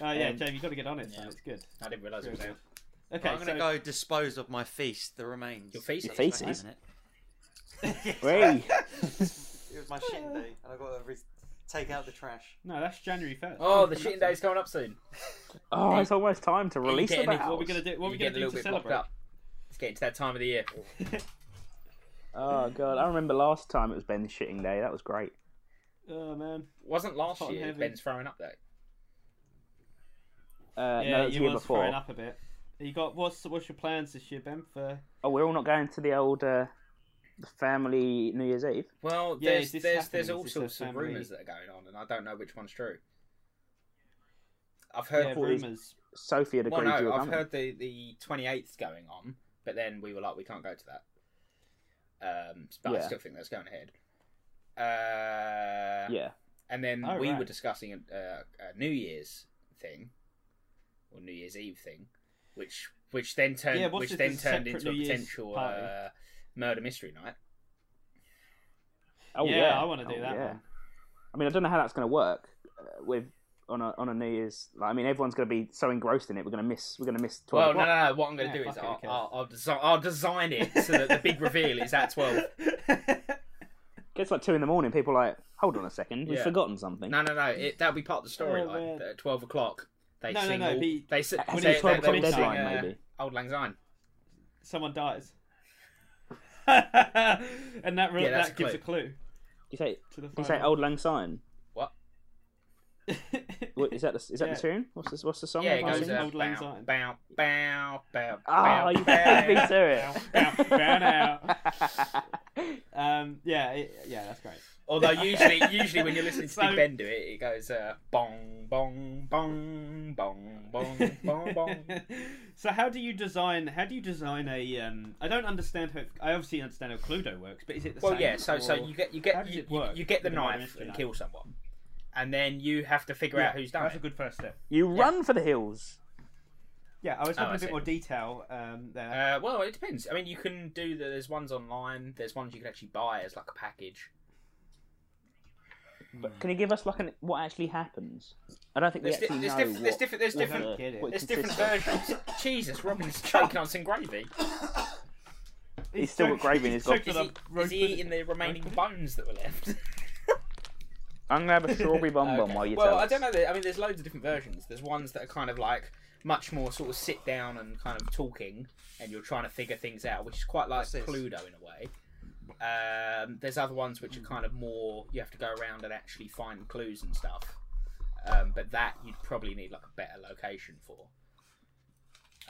[SPEAKER 1] Oh yeah,
[SPEAKER 3] Um,
[SPEAKER 1] Jamie, you got to get on it.
[SPEAKER 4] yeah.
[SPEAKER 1] Son. It's good.
[SPEAKER 4] I didn't realise it was out.
[SPEAKER 1] Okay,
[SPEAKER 2] I'm gonna
[SPEAKER 1] so
[SPEAKER 2] go dispose of my feast. The remains.
[SPEAKER 4] Your feces.
[SPEAKER 3] Your feces.
[SPEAKER 2] Wait a minute.
[SPEAKER 3] Hey.
[SPEAKER 2] it was my shit day, and I got to re- take out the trash.
[SPEAKER 1] no, that's January first.
[SPEAKER 4] Oh, the shitting day's coming up soon.
[SPEAKER 3] oh, it's almost time to release
[SPEAKER 4] getting
[SPEAKER 3] the
[SPEAKER 4] it-
[SPEAKER 1] What are
[SPEAKER 3] bells.
[SPEAKER 1] we gonna do? What are we
[SPEAKER 4] You
[SPEAKER 1] gonna
[SPEAKER 4] get
[SPEAKER 1] do
[SPEAKER 4] a little
[SPEAKER 1] to
[SPEAKER 4] bit blocked
[SPEAKER 1] celebrate?
[SPEAKER 4] up. It's getting to that time of the year.
[SPEAKER 3] Oh god, I remember last time it was Ben's shitting day. That was great.
[SPEAKER 1] Oh man.
[SPEAKER 4] Wasn't last
[SPEAKER 1] Hot and
[SPEAKER 4] year
[SPEAKER 1] heavy.
[SPEAKER 4] Ben's throwing up though?
[SPEAKER 3] Uh,
[SPEAKER 1] yeah,
[SPEAKER 3] no, it was the
[SPEAKER 1] you
[SPEAKER 3] year
[SPEAKER 1] was throwing
[SPEAKER 3] before.
[SPEAKER 1] up a bit. You got what's what's your plans this year, Ben? For
[SPEAKER 3] Oh, we're all not going to the old uh, family New Year's Eve.
[SPEAKER 4] Well,
[SPEAKER 1] Yeah,
[SPEAKER 4] there's
[SPEAKER 1] is this
[SPEAKER 4] there's there's
[SPEAKER 1] happening?
[SPEAKER 4] all
[SPEAKER 1] Is this a
[SPEAKER 4] sorts of
[SPEAKER 1] family-
[SPEAKER 4] rumours that are going on, and I don't know which one's true. I've heard
[SPEAKER 1] yeah,
[SPEAKER 3] all these-
[SPEAKER 1] rumors.
[SPEAKER 3] Sophie had
[SPEAKER 4] well,
[SPEAKER 3] agreed you
[SPEAKER 4] no,
[SPEAKER 3] were
[SPEAKER 4] I've
[SPEAKER 3] coming.
[SPEAKER 4] heard the the twenty eighth going on, but then we were like, we can't go to that. Um, but I
[SPEAKER 3] Yeah.
[SPEAKER 4] still think that's going ahead. Uh,
[SPEAKER 3] Yeah,
[SPEAKER 4] And then
[SPEAKER 1] Oh,
[SPEAKER 4] we
[SPEAKER 1] right.
[SPEAKER 4] were discussing a, a, a New Year's thing, or New Year's Eve thing, which which then turned
[SPEAKER 1] Yeah, what's
[SPEAKER 4] which
[SPEAKER 1] this-
[SPEAKER 4] then
[SPEAKER 1] this
[SPEAKER 4] turned
[SPEAKER 1] separate
[SPEAKER 4] into a
[SPEAKER 1] New Year's
[SPEAKER 4] potential
[SPEAKER 1] party?
[SPEAKER 4] uh, murder mystery night.
[SPEAKER 3] Oh
[SPEAKER 1] yeah,
[SPEAKER 3] yeah,
[SPEAKER 1] I want to do
[SPEAKER 3] Oh,
[SPEAKER 1] that
[SPEAKER 3] yeah.
[SPEAKER 1] one.
[SPEAKER 3] I mean, I don't know how that's going to work uh, with on a on a New Year's. Like, I mean, everyone's going to be so engrossed in it. We're going to miss. We're going to miss
[SPEAKER 4] Well,
[SPEAKER 3] twelve.
[SPEAKER 4] no, no, no. What I'm going to
[SPEAKER 1] Yeah,
[SPEAKER 4] do is
[SPEAKER 1] fuck it, okay.
[SPEAKER 4] I'll, I'll, I'll, desi- I'll design it so that the big reveal is at 12.
[SPEAKER 3] Gets like two in the morning. People are like, hold on a second, we've
[SPEAKER 4] Yeah.
[SPEAKER 3] forgotten something.
[SPEAKER 4] No, no, no. It, that'll be part of the
[SPEAKER 1] Oh,
[SPEAKER 4] storyline.
[SPEAKER 1] man.
[SPEAKER 4] that at 12 o'clock, they
[SPEAKER 1] No, no,
[SPEAKER 4] sing
[SPEAKER 1] no,
[SPEAKER 4] all-
[SPEAKER 1] be-
[SPEAKER 4] They, si-
[SPEAKER 3] Has
[SPEAKER 1] Well,
[SPEAKER 3] it been
[SPEAKER 1] they-
[SPEAKER 3] twelve
[SPEAKER 1] they-
[SPEAKER 3] o'clock
[SPEAKER 1] they
[SPEAKER 4] sing,
[SPEAKER 3] deadline
[SPEAKER 1] sing,
[SPEAKER 4] uh,
[SPEAKER 3] maybe.
[SPEAKER 4] Old Lang Syne.
[SPEAKER 1] Someone dies. and that re-
[SPEAKER 4] Yeah, that's
[SPEAKER 1] that
[SPEAKER 4] a
[SPEAKER 1] gives a
[SPEAKER 4] clue.
[SPEAKER 1] clue
[SPEAKER 3] You say
[SPEAKER 1] to the
[SPEAKER 3] you say old lang syne.
[SPEAKER 4] What?
[SPEAKER 3] What, is that the, is that
[SPEAKER 1] Yeah.
[SPEAKER 3] the tune? What's the, what's the song?
[SPEAKER 4] Yeah, it
[SPEAKER 1] Lang
[SPEAKER 4] goes
[SPEAKER 1] Syne.
[SPEAKER 4] uh,
[SPEAKER 1] Old Lang
[SPEAKER 4] bow,
[SPEAKER 1] Syne.
[SPEAKER 4] bow, bow, bow,
[SPEAKER 3] Ah,
[SPEAKER 4] bow,
[SPEAKER 3] you
[SPEAKER 4] bow,
[SPEAKER 3] beat me to
[SPEAKER 1] bow, bow, bow now.
[SPEAKER 3] it.
[SPEAKER 1] Um, yeah, it, yeah, that's great.
[SPEAKER 4] Although usually, usually when you're listening to
[SPEAKER 1] So-
[SPEAKER 4] Big Ben do it, it goes uh, bong, bong, bong, bong, bong, bong, bong.
[SPEAKER 1] so how do you design? How do you design a? Um, I don't understand how. I obviously understand how Cluedo works, but is it the
[SPEAKER 4] Well,
[SPEAKER 1] same?
[SPEAKER 4] yeah. So, so
[SPEAKER 1] or-
[SPEAKER 4] you get you
[SPEAKER 1] How
[SPEAKER 4] get
[SPEAKER 1] does
[SPEAKER 4] you,
[SPEAKER 1] it
[SPEAKER 4] you,
[SPEAKER 1] work
[SPEAKER 4] you get the
[SPEAKER 1] with the murder
[SPEAKER 4] knife
[SPEAKER 1] mystery
[SPEAKER 4] and
[SPEAKER 1] knife?
[SPEAKER 4] kill someone, and then you have to figure out
[SPEAKER 1] Yeah,
[SPEAKER 4] who's done
[SPEAKER 1] That's
[SPEAKER 4] it.
[SPEAKER 1] a good first step.
[SPEAKER 3] you run for the hills.
[SPEAKER 1] Yeah, I was hoping
[SPEAKER 4] Oh, I
[SPEAKER 1] a bit
[SPEAKER 4] see.
[SPEAKER 1] more detail um, there.
[SPEAKER 4] Uh, well, it depends. I mean, you can do the, there's ones online. There's ones you can actually buy as like a package.
[SPEAKER 3] But can you give us like an, what actually happens? I don't think we
[SPEAKER 4] There's, di-
[SPEAKER 3] actually
[SPEAKER 4] there's,
[SPEAKER 3] know
[SPEAKER 4] diff-
[SPEAKER 3] what,
[SPEAKER 4] there's different. There's
[SPEAKER 3] what
[SPEAKER 4] different.
[SPEAKER 3] the-
[SPEAKER 1] Get it.
[SPEAKER 3] what it
[SPEAKER 4] There's different
[SPEAKER 3] consists of.
[SPEAKER 4] versions. Jesus, Robin's choking on some gravy.
[SPEAKER 3] He's still got gravy in his
[SPEAKER 1] choking
[SPEAKER 4] Is
[SPEAKER 1] on
[SPEAKER 4] he,
[SPEAKER 1] roast
[SPEAKER 4] is he
[SPEAKER 1] pudding.
[SPEAKER 4] eating the remaining
[SPEAKER 1] Roast
[SPEAKER 4] bones that were left?
[SPEAKER 3] I'm gonna have a strawberry bomb bomb while you
[SPEAKER 4] well,
[SPEAKER 3] tell
[SPEAKER 4] I
[SPEAKER 3] us.
[SPEAKER 4] don't know. that- I mean, there's loads of different versions. There's ones that are kind of like much more sort of sit down and kind of talking, and you're trying to figure things out, which is quite like
[SPEAKER 2] What's this?
[SPEAKER 4] Cluedo in a way. Um, there's other ones which are kind of more you have to go around and actually find clues and stuff. Um, but that you'd probably need like a better location for.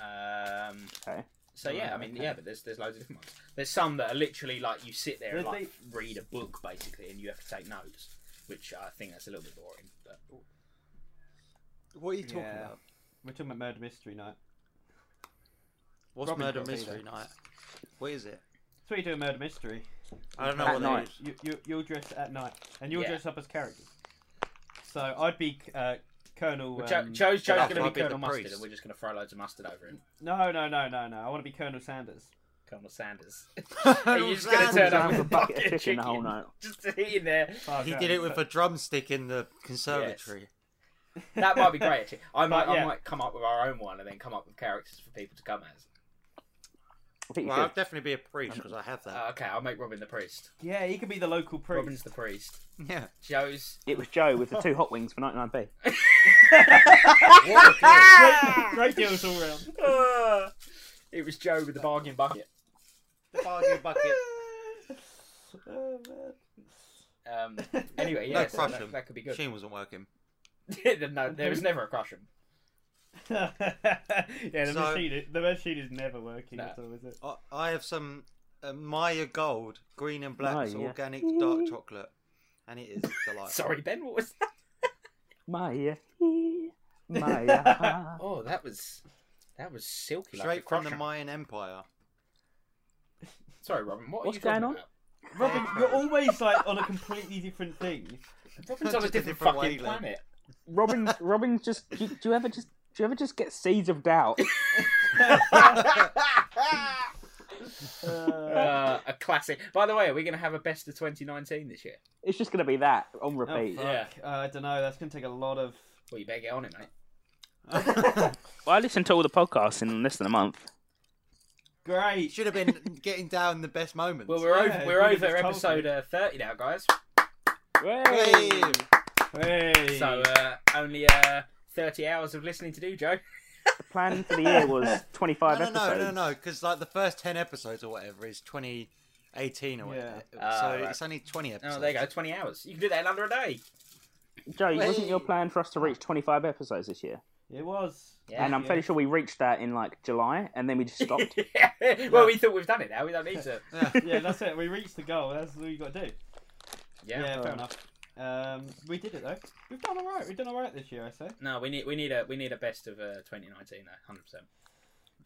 [SPEAKER 4] Um,
[SPEAKER 3] Okay.
[SPEAKER 4] So yeah, I
[SPEAKER 1] Right,
[SPEAKER 4] mean,
[SPEAKER 1] okay.
[SPEAKER 4] yeah, but there's there's loads of different ones. There's some that are literally like you sit there and
[SPEAKER 1] There's
[SPEAKER 4] like read a book basically, and you have to take notes, which I think that's a little bit boring. But
[SPEAKER 2] What are you talking
[SPEAKER 1] Yeah.
[SPEAKER 2] about?
[SPEAKER 1] We're talking about murder mystery night.
[SPEAKER 2] What's
[SPEAKER 1] Robin
[SPEAKER 2] murder
[SPEAKER 1] can't be
[SPEAKER 2] mystery
[SPEAKER 1] there.
[SPEAKER 2] night? What is it?
[SPEAKER 1] So you do a murder mystery.
[SPEAKER 2] I don't know
[SPEAKER 3] At
[SPEAKER 2] what
[SPEAKER 3] night.
[SPEAKER 2] that is.
[SPEAKER 1] You, you you'll dress at night, and you'll
[SPEAKER 4] Yeah.
[SPEAKER 1] dress up as characters. So I'd be uh, Colonel.
[SPEAKER 4] Well,
[SPEAKER 1] Um,
[SPEAKER 4] Joe, Joe's, Joe's
[SPEAKER 2] I'll
[SPEAKER 4] going to be
[SPEAKER 2] be the
[SPEAKER 4] Colonel Mustard,
[SPEAKER 2] priest.
[SPEAKER 4] and we're just going to throw loads of mustard over him.
[SPEAKER 1] no, no, no, no, no. I want to be Colonel Sanders.
[SPEAKER 4] Colonel Sanders.
[SPEAKER 2] Colonel
[SPEAKER 4] You're just going to
[SPEAKER 2] Sanders.
[SPEAKER 4] turn
[SPEAKER 3] Sanders.
[SPEAKER 4] up with a bucket of
[SPEAKER 3] chicken
[SPEAKER 4] chicken
[SPEAKER 3] the whole night.
[SPEAKER 4] Just to eat in there.
[SPEAKER 1] Oh,
[SPEAKER 2] He
[SPEAKER 1] God,
[SPEAKER 2] did it
[SPEAKER 1] so-
[SPEAKER 2] with a drumstick in the conservatory.
[SPEAKER 4] That might be great. Actually, I might,
[SPEAKER 1] But, yeah.
[SPEAKER 4] I might come up with our own one, and then come up with characters for people to come as.
[SPEAKER 3] I think you
[SPEAKER 2] Well,
[SPEAKER 3] should.
[SPEAKER 2] I'll definitely be a priest because I have that.
[SPEAKER 4] Uh, okay, I'll make Robin the priest.
[SPEAKER 1] Yeah, he could be the local priest.
[SPEAKER 4] Robin's the priest.
[SPEAKER 2] yeah.
[SPEAKER 4] Joe's.
[SPEAKER 3] It was Joe with the two hot wings for 99p.
[SPEAKER 4] What a
[SPEAKER 1] great, great deals all round.
[SPEAKER 4] deal. Ah. it was Joe with the bargain bucket.
[SPEAKER 2] The bargain bucket.
[SPEAKER 1] Oh, man.
[SPEAKER 4] Um, anyway, yeah,
[SPEAKER 2] no
[SPEAKER 4] so
[SPEAKER 2] crush
[SPEAKER 4] that,
[SPEAKER 2] 'em.
[SPEAKER 4] that could be good.
[SPEAKER 2] Machine wasn't working.
[SPEAKER 4] no, there was never a crush 'em.
[SPEAKER 1] yeah, the
[SPEAKER 2] So-
[SPEAKER 1] machine is, the machine is never working
[SPEAKER 4] No.
[SPEAKER 1] at all, is it?
[SPEAKER 2] I, I have some uh, Maya Gold Green and Black's
[SPEAKER 3] Maya.
[SPEAKER 2] organic dark chocolate, and it is delightful.
[SPEAKER 4] Sorry, Ben, what was that?
[SPEAKER 3] Maya. Maya.
[SPEAKER 4] Oh, that was that was silky. like a
[SPEAKER 2] straight from the
[SPEAKER 4] crush 'em.
[SPEAKER 2] Mayan Empire.
[SPEAKER 4] Sorry, Robin. What
[SPEAKER 3] What's
[SPEAKER 4] are you talking
[SPEAKER 3] going on?
[SPEAKER 4] about?
[SPEAKER 1] Robin, you're always like on a completely different thing.
[SPEAKER 4] Robin's on a
[SPEAKER 2] Just a
[SPEAKER 4] different,
[SPEAKER 2] different
[SPEAKER 4] fucking
[SPEAKER 2] wavelength.
[SPEAKER 4] planet.
[SPEAKER 3] Robin, Robin's just. Do, do you ever just. Do you ever just get seeds of doubt?
[SPEAKER 1] Uh,
[SPEAKER 4] Uh, a classic. By the way, are we going to have a best of 2019 this year?
[SPEAKER 3] It's just going to be that on
[SPEAKER 1] oh,
[SPEAKER 3] repeat.
[SPEAKER 1] fuck. Uh, I don't know. That's gonna take a lot of.
[SPEAKER 4] Well, you better get on it, mate.
[SPEAKER 3] well, I listened to all the podcasts in less than a month.
[SPEAKER 2] It
[SPEAKER 1] Great.
[SPEAKER 2] should have been getting down the best moments.
[SPEAKER 4] Well, we're
[SPEAKER 1] Yeah,
[SPEAKER 4] over,
[SPEAKER 1] you
[SPEAKER 4] we're
[SPEAKER 1] would've
[SPEAKER 4] over
[SPEAKER 1] just told
[SPEAKER 4] episode
[SPEAKER 1] me.
[SPEAKER 4] uh, 30 now, guys.
[SPEAKER 2] Hey!
[SPEAKER 1] Hey.
[SPEAKER 4] So uh, only uh, 30 hours of listening to do, Joe.
[SPEAKER 3] The plan for the year was 25
[SPEAKER 2] no, no, no,
[SPEAKER 3] episodes.
[SPEAKER 2] no, no, because like the first ten episodes or whatever is 2018 or whatever.
[SPEAKER 4] Ah,
[SPEAKER 2] so
[SPEAKER 4] right.
[SPEAKER 2] it's only 20 episodes.
[SPEAKER 4] Oh, there you go. 20 hours. You can do that in under a day.
[SPEAKER 3] Joe, wasn't your
[SPEAKER 2] Hey.
[SPEAKER 3] plan for us to reach 25 episodes this year?
[SPEAKER 1] It was.
[SPEAKER 4] Yeah.
[SPEAKER 3] and I'm fairly sure we reached that in like July, and then we just stopped.
[SPEAKER 4] well, we thought we've done it now. We don't need to.
[SPEAKER 2] Yeah.
[SPEAKER 1] Yeah, that's it. We reached the goal. That's all you got to do.
[SPEAKER 4] Yeah.
[SPEAKER 1] Yeah, fair enough. Um, we did it though. We've done all right. We've done all right this year, I say.
[SPEAKER 4] No, we need we need a we need a best of uh, 2019 though, hundred percent.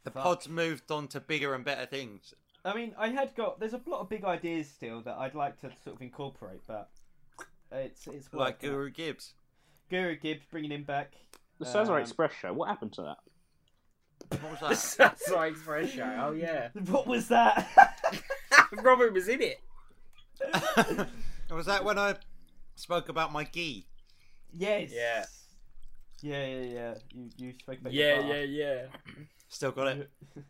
[SPEAKER 2] The
[SPEAKER 1] Fuck.
[SPEAKER 2] pod's moved on to bigger and better things.
[SPEAKER 1] I mean, I had got. There's a lot of big ideas still that I'd like to sort of incorporate, but it's it's
[SPEAKER 2] Like
[SPEAKER 1] working out.
[SPEAKER 2] Guru Gibbs.
[SPEAKER 1] Guru Gibbs bringing him back.
[SPEAKER 3] The Cesar
[SPEAKER 1] Um,
[SPEAKER 3] Express show. What happened to that?
[SPEAKER 2] What was
[SPEAKER 4] That's our express show. Oh yeah,
[SPEAKER 1] What was that?
[SPEAKER 4] Robert was in it.
[SPEAKER 2] that? was that when I spoke about my gi?
[SPEAKER 1] yes.
[SPEAKER 4] Yeah.
[SPEAKER 1] Yeah, yeah, yeah. You you spoke about
[SPEAKER 4] Yeah,
[SPEAKER 1] your
[SPEAKER 4] yeah, yeah.
[SPEAKER 2] oh. Still got it.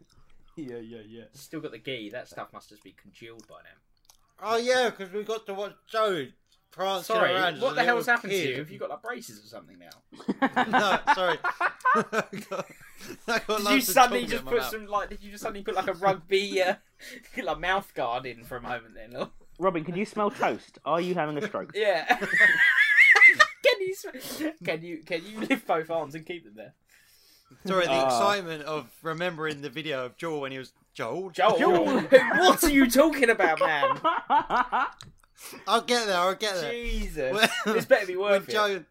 [SPEAKER 1] yeah, yeah, yeah.
[SPEAKER 4] Still got the gi. That stuff must just be congealed by now.
[SPEAKER 2] Oh yeah, because we got to watch Joe prancing
[SPEAKER 4] Sorry,
[SPEAKER 2] around. as a
[SPEAKER 4] what the
[SPEAKER 2] little
[SPEAKER 4] hell's happened to
[SPEAKER 2] kid.
[SPEAKER 4] you? Have you got like braces or something now?
[SPEAKER 2] no, sorry. I got- I got
[SPEAKER 4] Did you
[SPEAKER 2] loads of
[SPEAKER 4] suddenly
[SPEAKER 2] chocolate
[SPEAKER 4] just
[SPEAKER 2] in my
[SPEAKER 4] put
[SPEAKER 2] mouth.
[SPEAKER 4] some like? Did you just suddenly put like a rugby uh, like mouth guard in for a moment then? Or...
[SPEAKER 3] Robin, can you smell toast? Are you having a stroke?
[SPEAKER 4] Yeah. can you sm- can you can you lift both arms and keep them there?
[SPEAKER 2] Sorry, the
[SPEAKER 3] Ah.
[SPEAKER 2] excitement of remembering the video of Joel when he was Joel.
[SPEAKER 4] Joel,
[SPEAKER 3] Joel.
[SPEAKER 4] what are you talking about, man?
[SPEAKER 2] I'll get there. I'll get there.
[SPEAKER 4] Jesus,
[SPEAKER 2] When-
[SPEAKER 4] this better be
[SPEAKER 2] When
[SPEAKER 4] worth it.
[SPEAKER 2] Joe,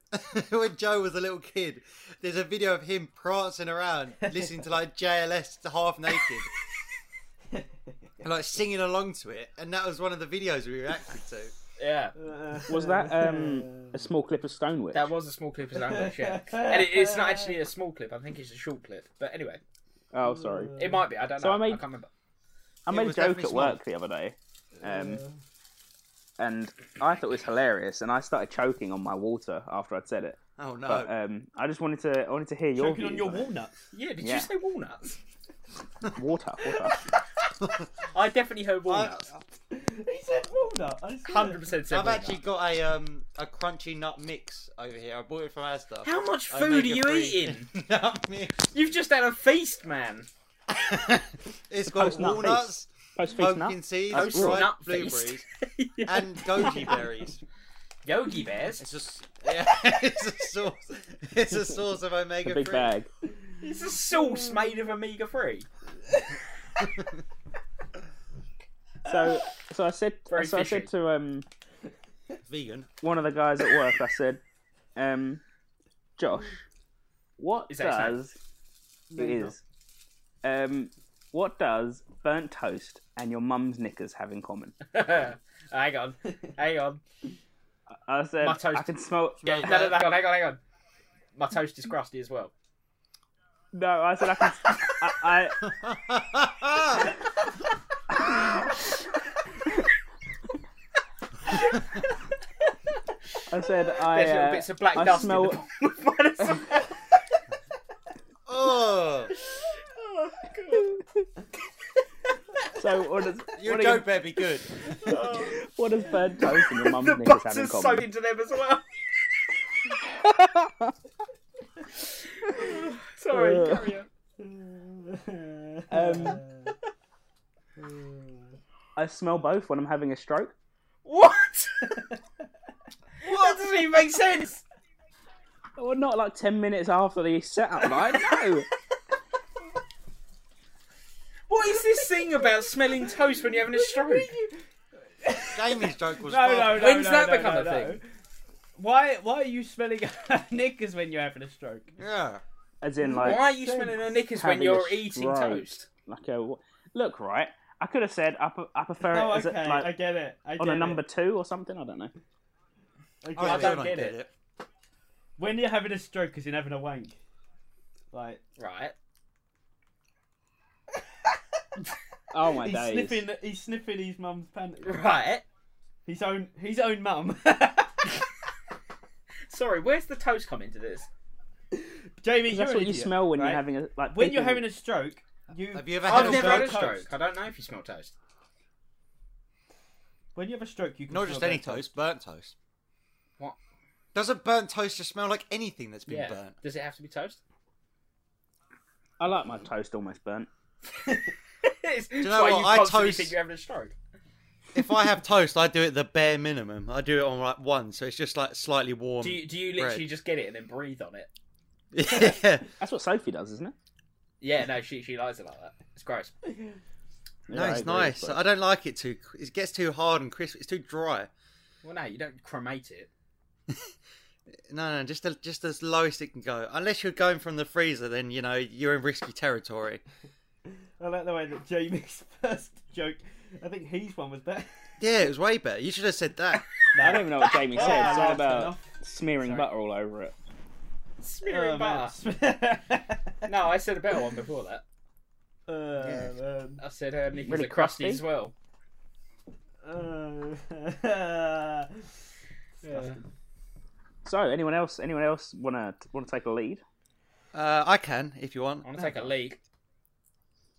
[SPEAKER 2] when Joe was a little kid, there's a video of him prancing around, listening to like JLS half naked, and like singing along to it, and that was one of the videos we reacted to.
[SPEAKER 4] Yeah.
[SPEAKER 3] was that um, a small clip of Stonewich?
[SPEAKER 4] That was a small clip as language, yeah. And it, it's not actually a small clip, I think it's a short clip. But anyway,
[SPEAKER 3] Oh, sorry.
[SPEAKER 4] it might be, I don't know.
[SPEAKER 3] So
[SPEAKER 4] I,
[SPEAKER 3] I made-
[SPEAKER 4] can't remember.
[SPEAKER 3] I
[SPEAKER 2] It
[SPEAKER 3] made a
[SPEAKER 2] was
[SPEAKER 3] joke
[SPEAKER 2] definitely
[SPEAKER 3] at
[SPEAKER 2] small.
[SPEAKER 3] work the other day, um, and I thought it was hilarious, and I started choking on my water after I'd said it.
[SPEAKER 2] Oh no!
[SPEAKER 4] Uh,
[SPEAKER 3] But um, I just wanted to, I wanted to hear your
[SPEAKER 1] Choking on
[SPEAKER 3] views
[SPEAKER 1] your
[SPEAKER 3] on it.
[SPEAKER 1] walnuts.
[SPEAKER 4] Yeah, did
[SPEAKER 3] Yeah.
[SPEAKER 4] you say walnuts?
[SPEAKER 3] water. Water.
[SPEAKER 4] I definitely heard
[SPEAKER 2] I,
[SPEAKER 4] walnuts.
[SPEAKER 1] He said walnut. I saw
[SPEAKER 4] Hundred
[SPEAKER 1] it.
[SPEAKER 4] percent said
[SPEAKER 2] I've
[SPEAKER 4] walnuts.
[SPEAKER 2] actually got a um a crunchy nut mix over here. I bought it from Asda.
[SPEAKER 4] How much food are you eating?
[SPEAKER 2] nut mix.
[SPEAKER 4] You've just had a feast, man.
[SPEAKER 2] It's got
[SPEAKER 3] post-nut feast.
[SPEAKER 2] walnuts,
[SPEAKER 3] Post feast nut.
[SPEAKER 2] pumpkin seeds,
[SPEAKER 3] That's
[SPEAKER 2] dried
[SPEAKER 4] raw. Nut
[SPEAKER 2] blueberries,
[SPEAKER 4] feast.
[SPEAKER 2] and goji berries.
[SPEAKER 4] Yogi bears.
[SPEAKER 2] It's just yeah, it's a source. It's a source of omega
[SPEAKER 3] A big
[SPEAKER 2] three.
[SPEAKER 3] bag.
[SPEAKER 4] It's a sauce made of omega three.
[SPEAKER 3] So, so I said,
[SPEAKER 4] Very
[SPEAKER 3] so I
[SPEAKER 4] fishy.
[SPEAKER 3] said to um,
[SPEAKER 2] Vegan.
[SPEAKER 3] one of the guys at work, I said, um, Josh, what
[SPEAKER 4] Is that his name?
[SPEAKER 3] does it is um, what does burnt toast and your mum's knickers have in common?
[SPEAKER 4] hang on, hang on.
[SPEAKER 3] I said
[SPEAKER 4] My toast-
[SPEAKER 3] I can smell.
[SPEAKER 4] Yeah, no, no, no, hang on, hang on, hang on. My toast is crusty as well.
[SPEAKER 3] No, I said I can. I, I I said I.
[SPEAKER 4] There's little
[SPEAKER 3] uh,
[SPEAKER 4] bits of black
[SPEAKER 3] I
[SPEAKER 4] dust.
[SPEAKER 3] smell-
[SPEAKER 4] In the bottom of my dessert.
[SPEAKER 2] oh,
[SPEAKER 4] oh, God.
[SPEAKER 3] So what does
[SPEAKER 2] Your
[SPEAKER 3] what, do
[SPEAKER 2] joke better be good.
[SPEAKER 3] you- what does bird toast and your mum's
[SPEAKER 4] the
[SPEAKER 3] knickers have in
[SPEAKER 4] butter's
[SPEAKER 3] common?
[SPEAKER 4] soaked into them as well. Sorry,
[SPEAKER 3] Uh.
[SPEAKER 4] carry on.
[SPEAKER 3] Um, I smell both when I'm having a stroke.
[SPEAKER 4] What? That doesn't even make sense.
[SPEAKER 3] Well, not like ten minutes after the setup line. No,
[SPEAKER 4] What is this thing about smelling toast when you're having a stroke?
[SPEAKER 2] Jamie's joke was
[SPEAKER 1] No,
[SPEAKER 2] fine.
[SPEAKER 1] no, no.
[SPEAKER 4] When's
[SPEAKER 1] no,
[SPEAKER 4] that
[SPEAKER 1] no,
[SPEAKER 4] become
[SPEAKER 1] no,
[SPEAKER 4] a
[SPEAKER 1] no.
[SPEAKER 4] thing?
[SPEAKER 1] Why, why are you smelling knickers when you're having a stroke?
[SPEAKER 2] Yeah.
[SPEAKER 3] as in
[SPEAKER 4] Why
[SPEAKER 3] like
[SPEAKER 4] are you smelling a knickers when
[SPEAKER 3] Having a
[SPEAKER 4] you're eating
[SPEAKER 3] stroke.
[SPEAKER 4] toast?
[SPEAKER 3] like a wh- look right. I could have said I, pre- I prefer
[SPEAKER 1] Oh,
[SPEAKER 3] it as
[SPEAKER 1] okay.
[SPEAKER 3] a, like
[SPEAKER 1] I get it. I
[SPEAKER 3] on
[SPEAKER 1] get
[SPEAKER 3] a number
[SPEAKER 1] It.
[SPEAKER 3] two or something. I don't know.
[SPEAKER 1] I get
[SPEAKER 2] I
[SPEAKER 1] it.
[SPEAKER 2] don't
[SPEAKER 4] get
[SPEAKER 2] get
[SPEAKER 4] it.
[SPEAKER 2] it.
[SPEAKER 1] When you're having a stroke, as in having a wank. Like
[SPEAKER 4] Right.
[SPEAKER 3] Oh my
[SPEAKER 1] he's
[SPEAKER 3] days!
[SPEAKER 1] sniffing. He's sniffing his mum's panties.
[SPEAKER 4] Right.
[SPEAKER 1] His own. His own mum.
[SPEAKER 4] Sorry, where's the toast come into this?
[SPEAKER 1] Jamie,
[SPEAKER 3] 'Cause
[SPEAKER 1] you're
[SPEAKER 3] that's
[SPEAKER 1] an
[SPEAKER 3] what you
[SPEAKER 1] idiot,
[SPEAKER 3] smell when
[SPEAKER 1] right?
[SPEAKER 3] you're having a like
[SPEAKER 1] When
[SPEAKER 3] people-
[SPEAKER 1] you're having a stroke, you.
[SPEAKER 2] Have you ever had
[SPEAKER 4] I've
[SPEAKER 2] a
[SPEAKER 4] never had a
[SPEAKER 2] stroke?
[SPEAKER 1] stroke.
[SPEAKER 4] stroke. I don't know if you smell toast.
[SPEAKER 1] When you have a stroke, you can
[SPEAKER 2] Not just
[SPEAKER 1] smell
[SPEAKER 2] any
[SPEAKER 1] burnt
[SPEAKER 2] toast, burnt toast.
[SPEAKER 4] What?
[SPEAKER 2] Doesn't burnt toast just smell like anything that's been
[SPEAKER 4] Yeah.
[SPEAKER 2] burnt?
[SPEAKER 4] Does it have to be toast?
[SPEAKER 3] I like my toast almost burnt.
[SPEAKER 4] Do you
[SPEAKER 2] know what?
[SPEAKER 4] You
[SPEAKER 2] I
[SPEAKER 4] constantly
[SPEAKER 2] toast-
[SPEAKER 4] think you're having a stroke.
[SPEAKER 2] if I have toast, I do it the bare minimum. I do it on like one, so it's just like slightly warm.
[SPEAKER 4] Do you, do you literally
[SPEAKER 2] bread.
[SPEAKER 4] just get it and then breathe on it?
[SPEAKER 2] yeah.
[SPEAKER 3] That's what Sophie does, isn't it?
[SPEAKER 4] Yeah, no, she she likes it like that. It's gross.
[SPEAKER 2] No,
[SPEAKER 3] Yeah, I
[SPEAKER 2] it's
[SPEAKER 3] agree,
[SPEAKER 2] nice.
[SPEAKER 3] but-
[SPEAKER 2] I don't like it too. It gets too hard and crisp. It's too dry.
[SPEAKER 4] Well, no, you don't cremate it.
[SPEAKER 2] No, no, just the, just as lowest it can go. Unless you're going from the freezer, then you know you're in risky territory.
[SPEAKER 1] I like the way that Jamie's first joke. I think his one was better.
[SPEAKER 2] Yeah, it was way better. You should have said that.
[SPEAKER 3] No, I don't even know what Jamie said. It's all
[SPEAKER 1] laughed
[SPEAKER 3] about
[SPEAKER 1] enough.
[SPEAKER 3] smearing
[SPEAKER 4] Sorry.
[SPEAKER 3] butter all over it.
[SPEAKER 4] Smearing
[SPEAKER 1] Oh, man.
[SPEAKER 4] butter. No, I said a better one before that.
[SPEAKER 1] Uh, man.
[SPEAKER 4] I said um, her knickers
[SPEAKER 3] Really
[SPEAKER 4] are crusty,
[SPEAKER 3] crusty?
[SPEAKER 4] as well.
[SPEAKER 1] Oh. Uh,
[SPEAKER 3] So, anyone else? Anyone else want to want to take a lead?
[SPEAKER 2] Uh, I can if you want.
[SPEAKER 4] I want to take a leak.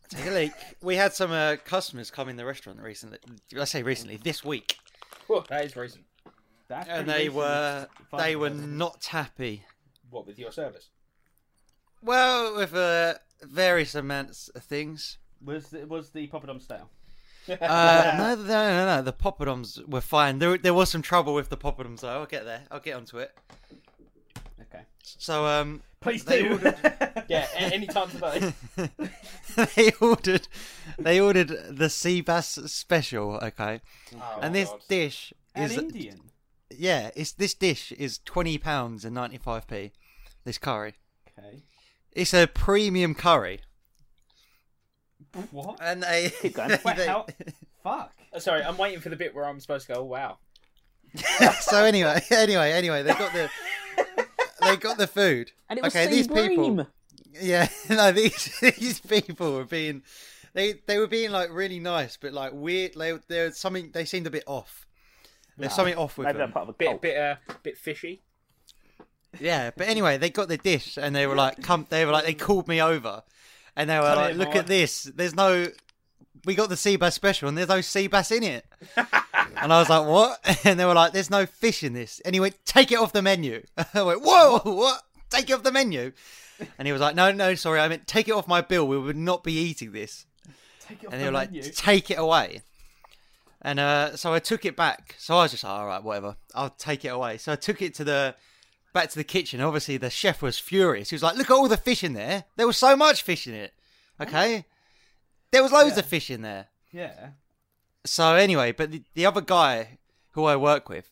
[SPEAKER 2] Take a leak. We had some uh, customers come in the restaurant recently. I say recently, this week,
[SPEAKER 4] Whew, that is recent.
[SPEAKER 1] that's
[SPEAKER 2] and
[SPEAKER 1] pretty
[SPEAKER 2] they
[SPEAKER 1] decent.
[SPEAKER 2] were
[SPEAKER 1] Fun.
[SPEAKER 2] they were not happy.
[SPEAKER 4] What with your service?
[SPEAKER 2] Well, with uh, various amounts of things.
[SPEAKER 1] Was the, was the poppadom stale?
[SPEAKER 2] Uh, no, no, no, no. The poppadoms were fine. There, there was some trouble with the poppadoms, though. I'll get there. I'll get onto it.
[SPEAKER 1] Okay.
[SPEAKER 2] So, um,
[SPEAKER 1] Please
[SPEAKER 2] They
[SPEAKER 1] do.
[SPEAKER 4] Yeah, a- any time today.
[SPEAKER 2] they ordered, they ordered the sea bass special. Okay,
[SPEAKER 4] Oh,
[SPEAKER 2] and this
[SPEAKER 4] God.
[SPEAKER 2] dish
[SPEAKER 1] An
[SPEAKER 2] is
[SPEAKER 1] Indian.
[SPEAKER 2] yeah, it's this dish is twenty pounds and ninety five p. This curry,
[SPEAKER 1] Okay.
[SPEAKER 2] it's a premium curry,
[SPEAKER 1] What?
[SPEAKER 2] and a
[SPEAKER 3] Keep going.
[SPEAKER 1] Wait, how- Fuck.
[SPEAKER 4] Oh, Sorry, I'm waiting for the bit where I'm supposed to go. Oh, wow.
[SPEAKER 2] so anyway, anyway, anyway, they got the they got the food.
[SPEAKER 3] And it was
[SPEAKER 2] okay,
[SPEAKER 3] sea
[SPEAKER 2] these
[SPEAKER 3] bream.
[SPEAKER 2] people, yeah, no, these these people were being they they were being like really nice, but like weird. They there was something they seemed a bit off. There's something off with
[SPEAKER 3] Ah, Maybe
[SPEAKER 2] them.
[SPEAKER 3] they're part of a
[SPEAKER 4] Bit
[SPEAKER 3] cult.
[SPEAKER 4] bit uh, bit fishy.
[SPEAKER 2] Yeah, but anyway, they got the dish and they were like, come. They were like, they called me over, and they were
[SPEAKER 1] Tell
[SPEAKER 2] like,
[SPEAKER 1] it,
[SPEAKER 2] look
[SPEAKER 1] boy.
[SPEAKER 2] at this. There's no, we got the sea bass special, and there's no sea bass in it. and I was like, what? And they were like, there's no fish in this. And he went, take it off the menu. I went, whoa, what? Take it off the menu. And he was like, no, no, sorry, I meant take it off my bill. We would not be eating this.
[SPEAKER 1] Take it off
[SPEAKER 2] And
[SPEAKER 1] the
[SPEAKER 2] they were like,
[SPEAKER 1] menu.
[SPEAKER 2] take it away. And uh, so I took it back. So I was just like, all right, whatever. I'll take it away. So I took it to the back to the kitchen. Obviously, the chef was furious. He was like, "Look at all the fish in there. There was so much fish in it. Okay, there was loads of fish in there."
[SPEAKER 1] yeah.
[SPEAKER 2] So anyway, but the, the other guy who I work with,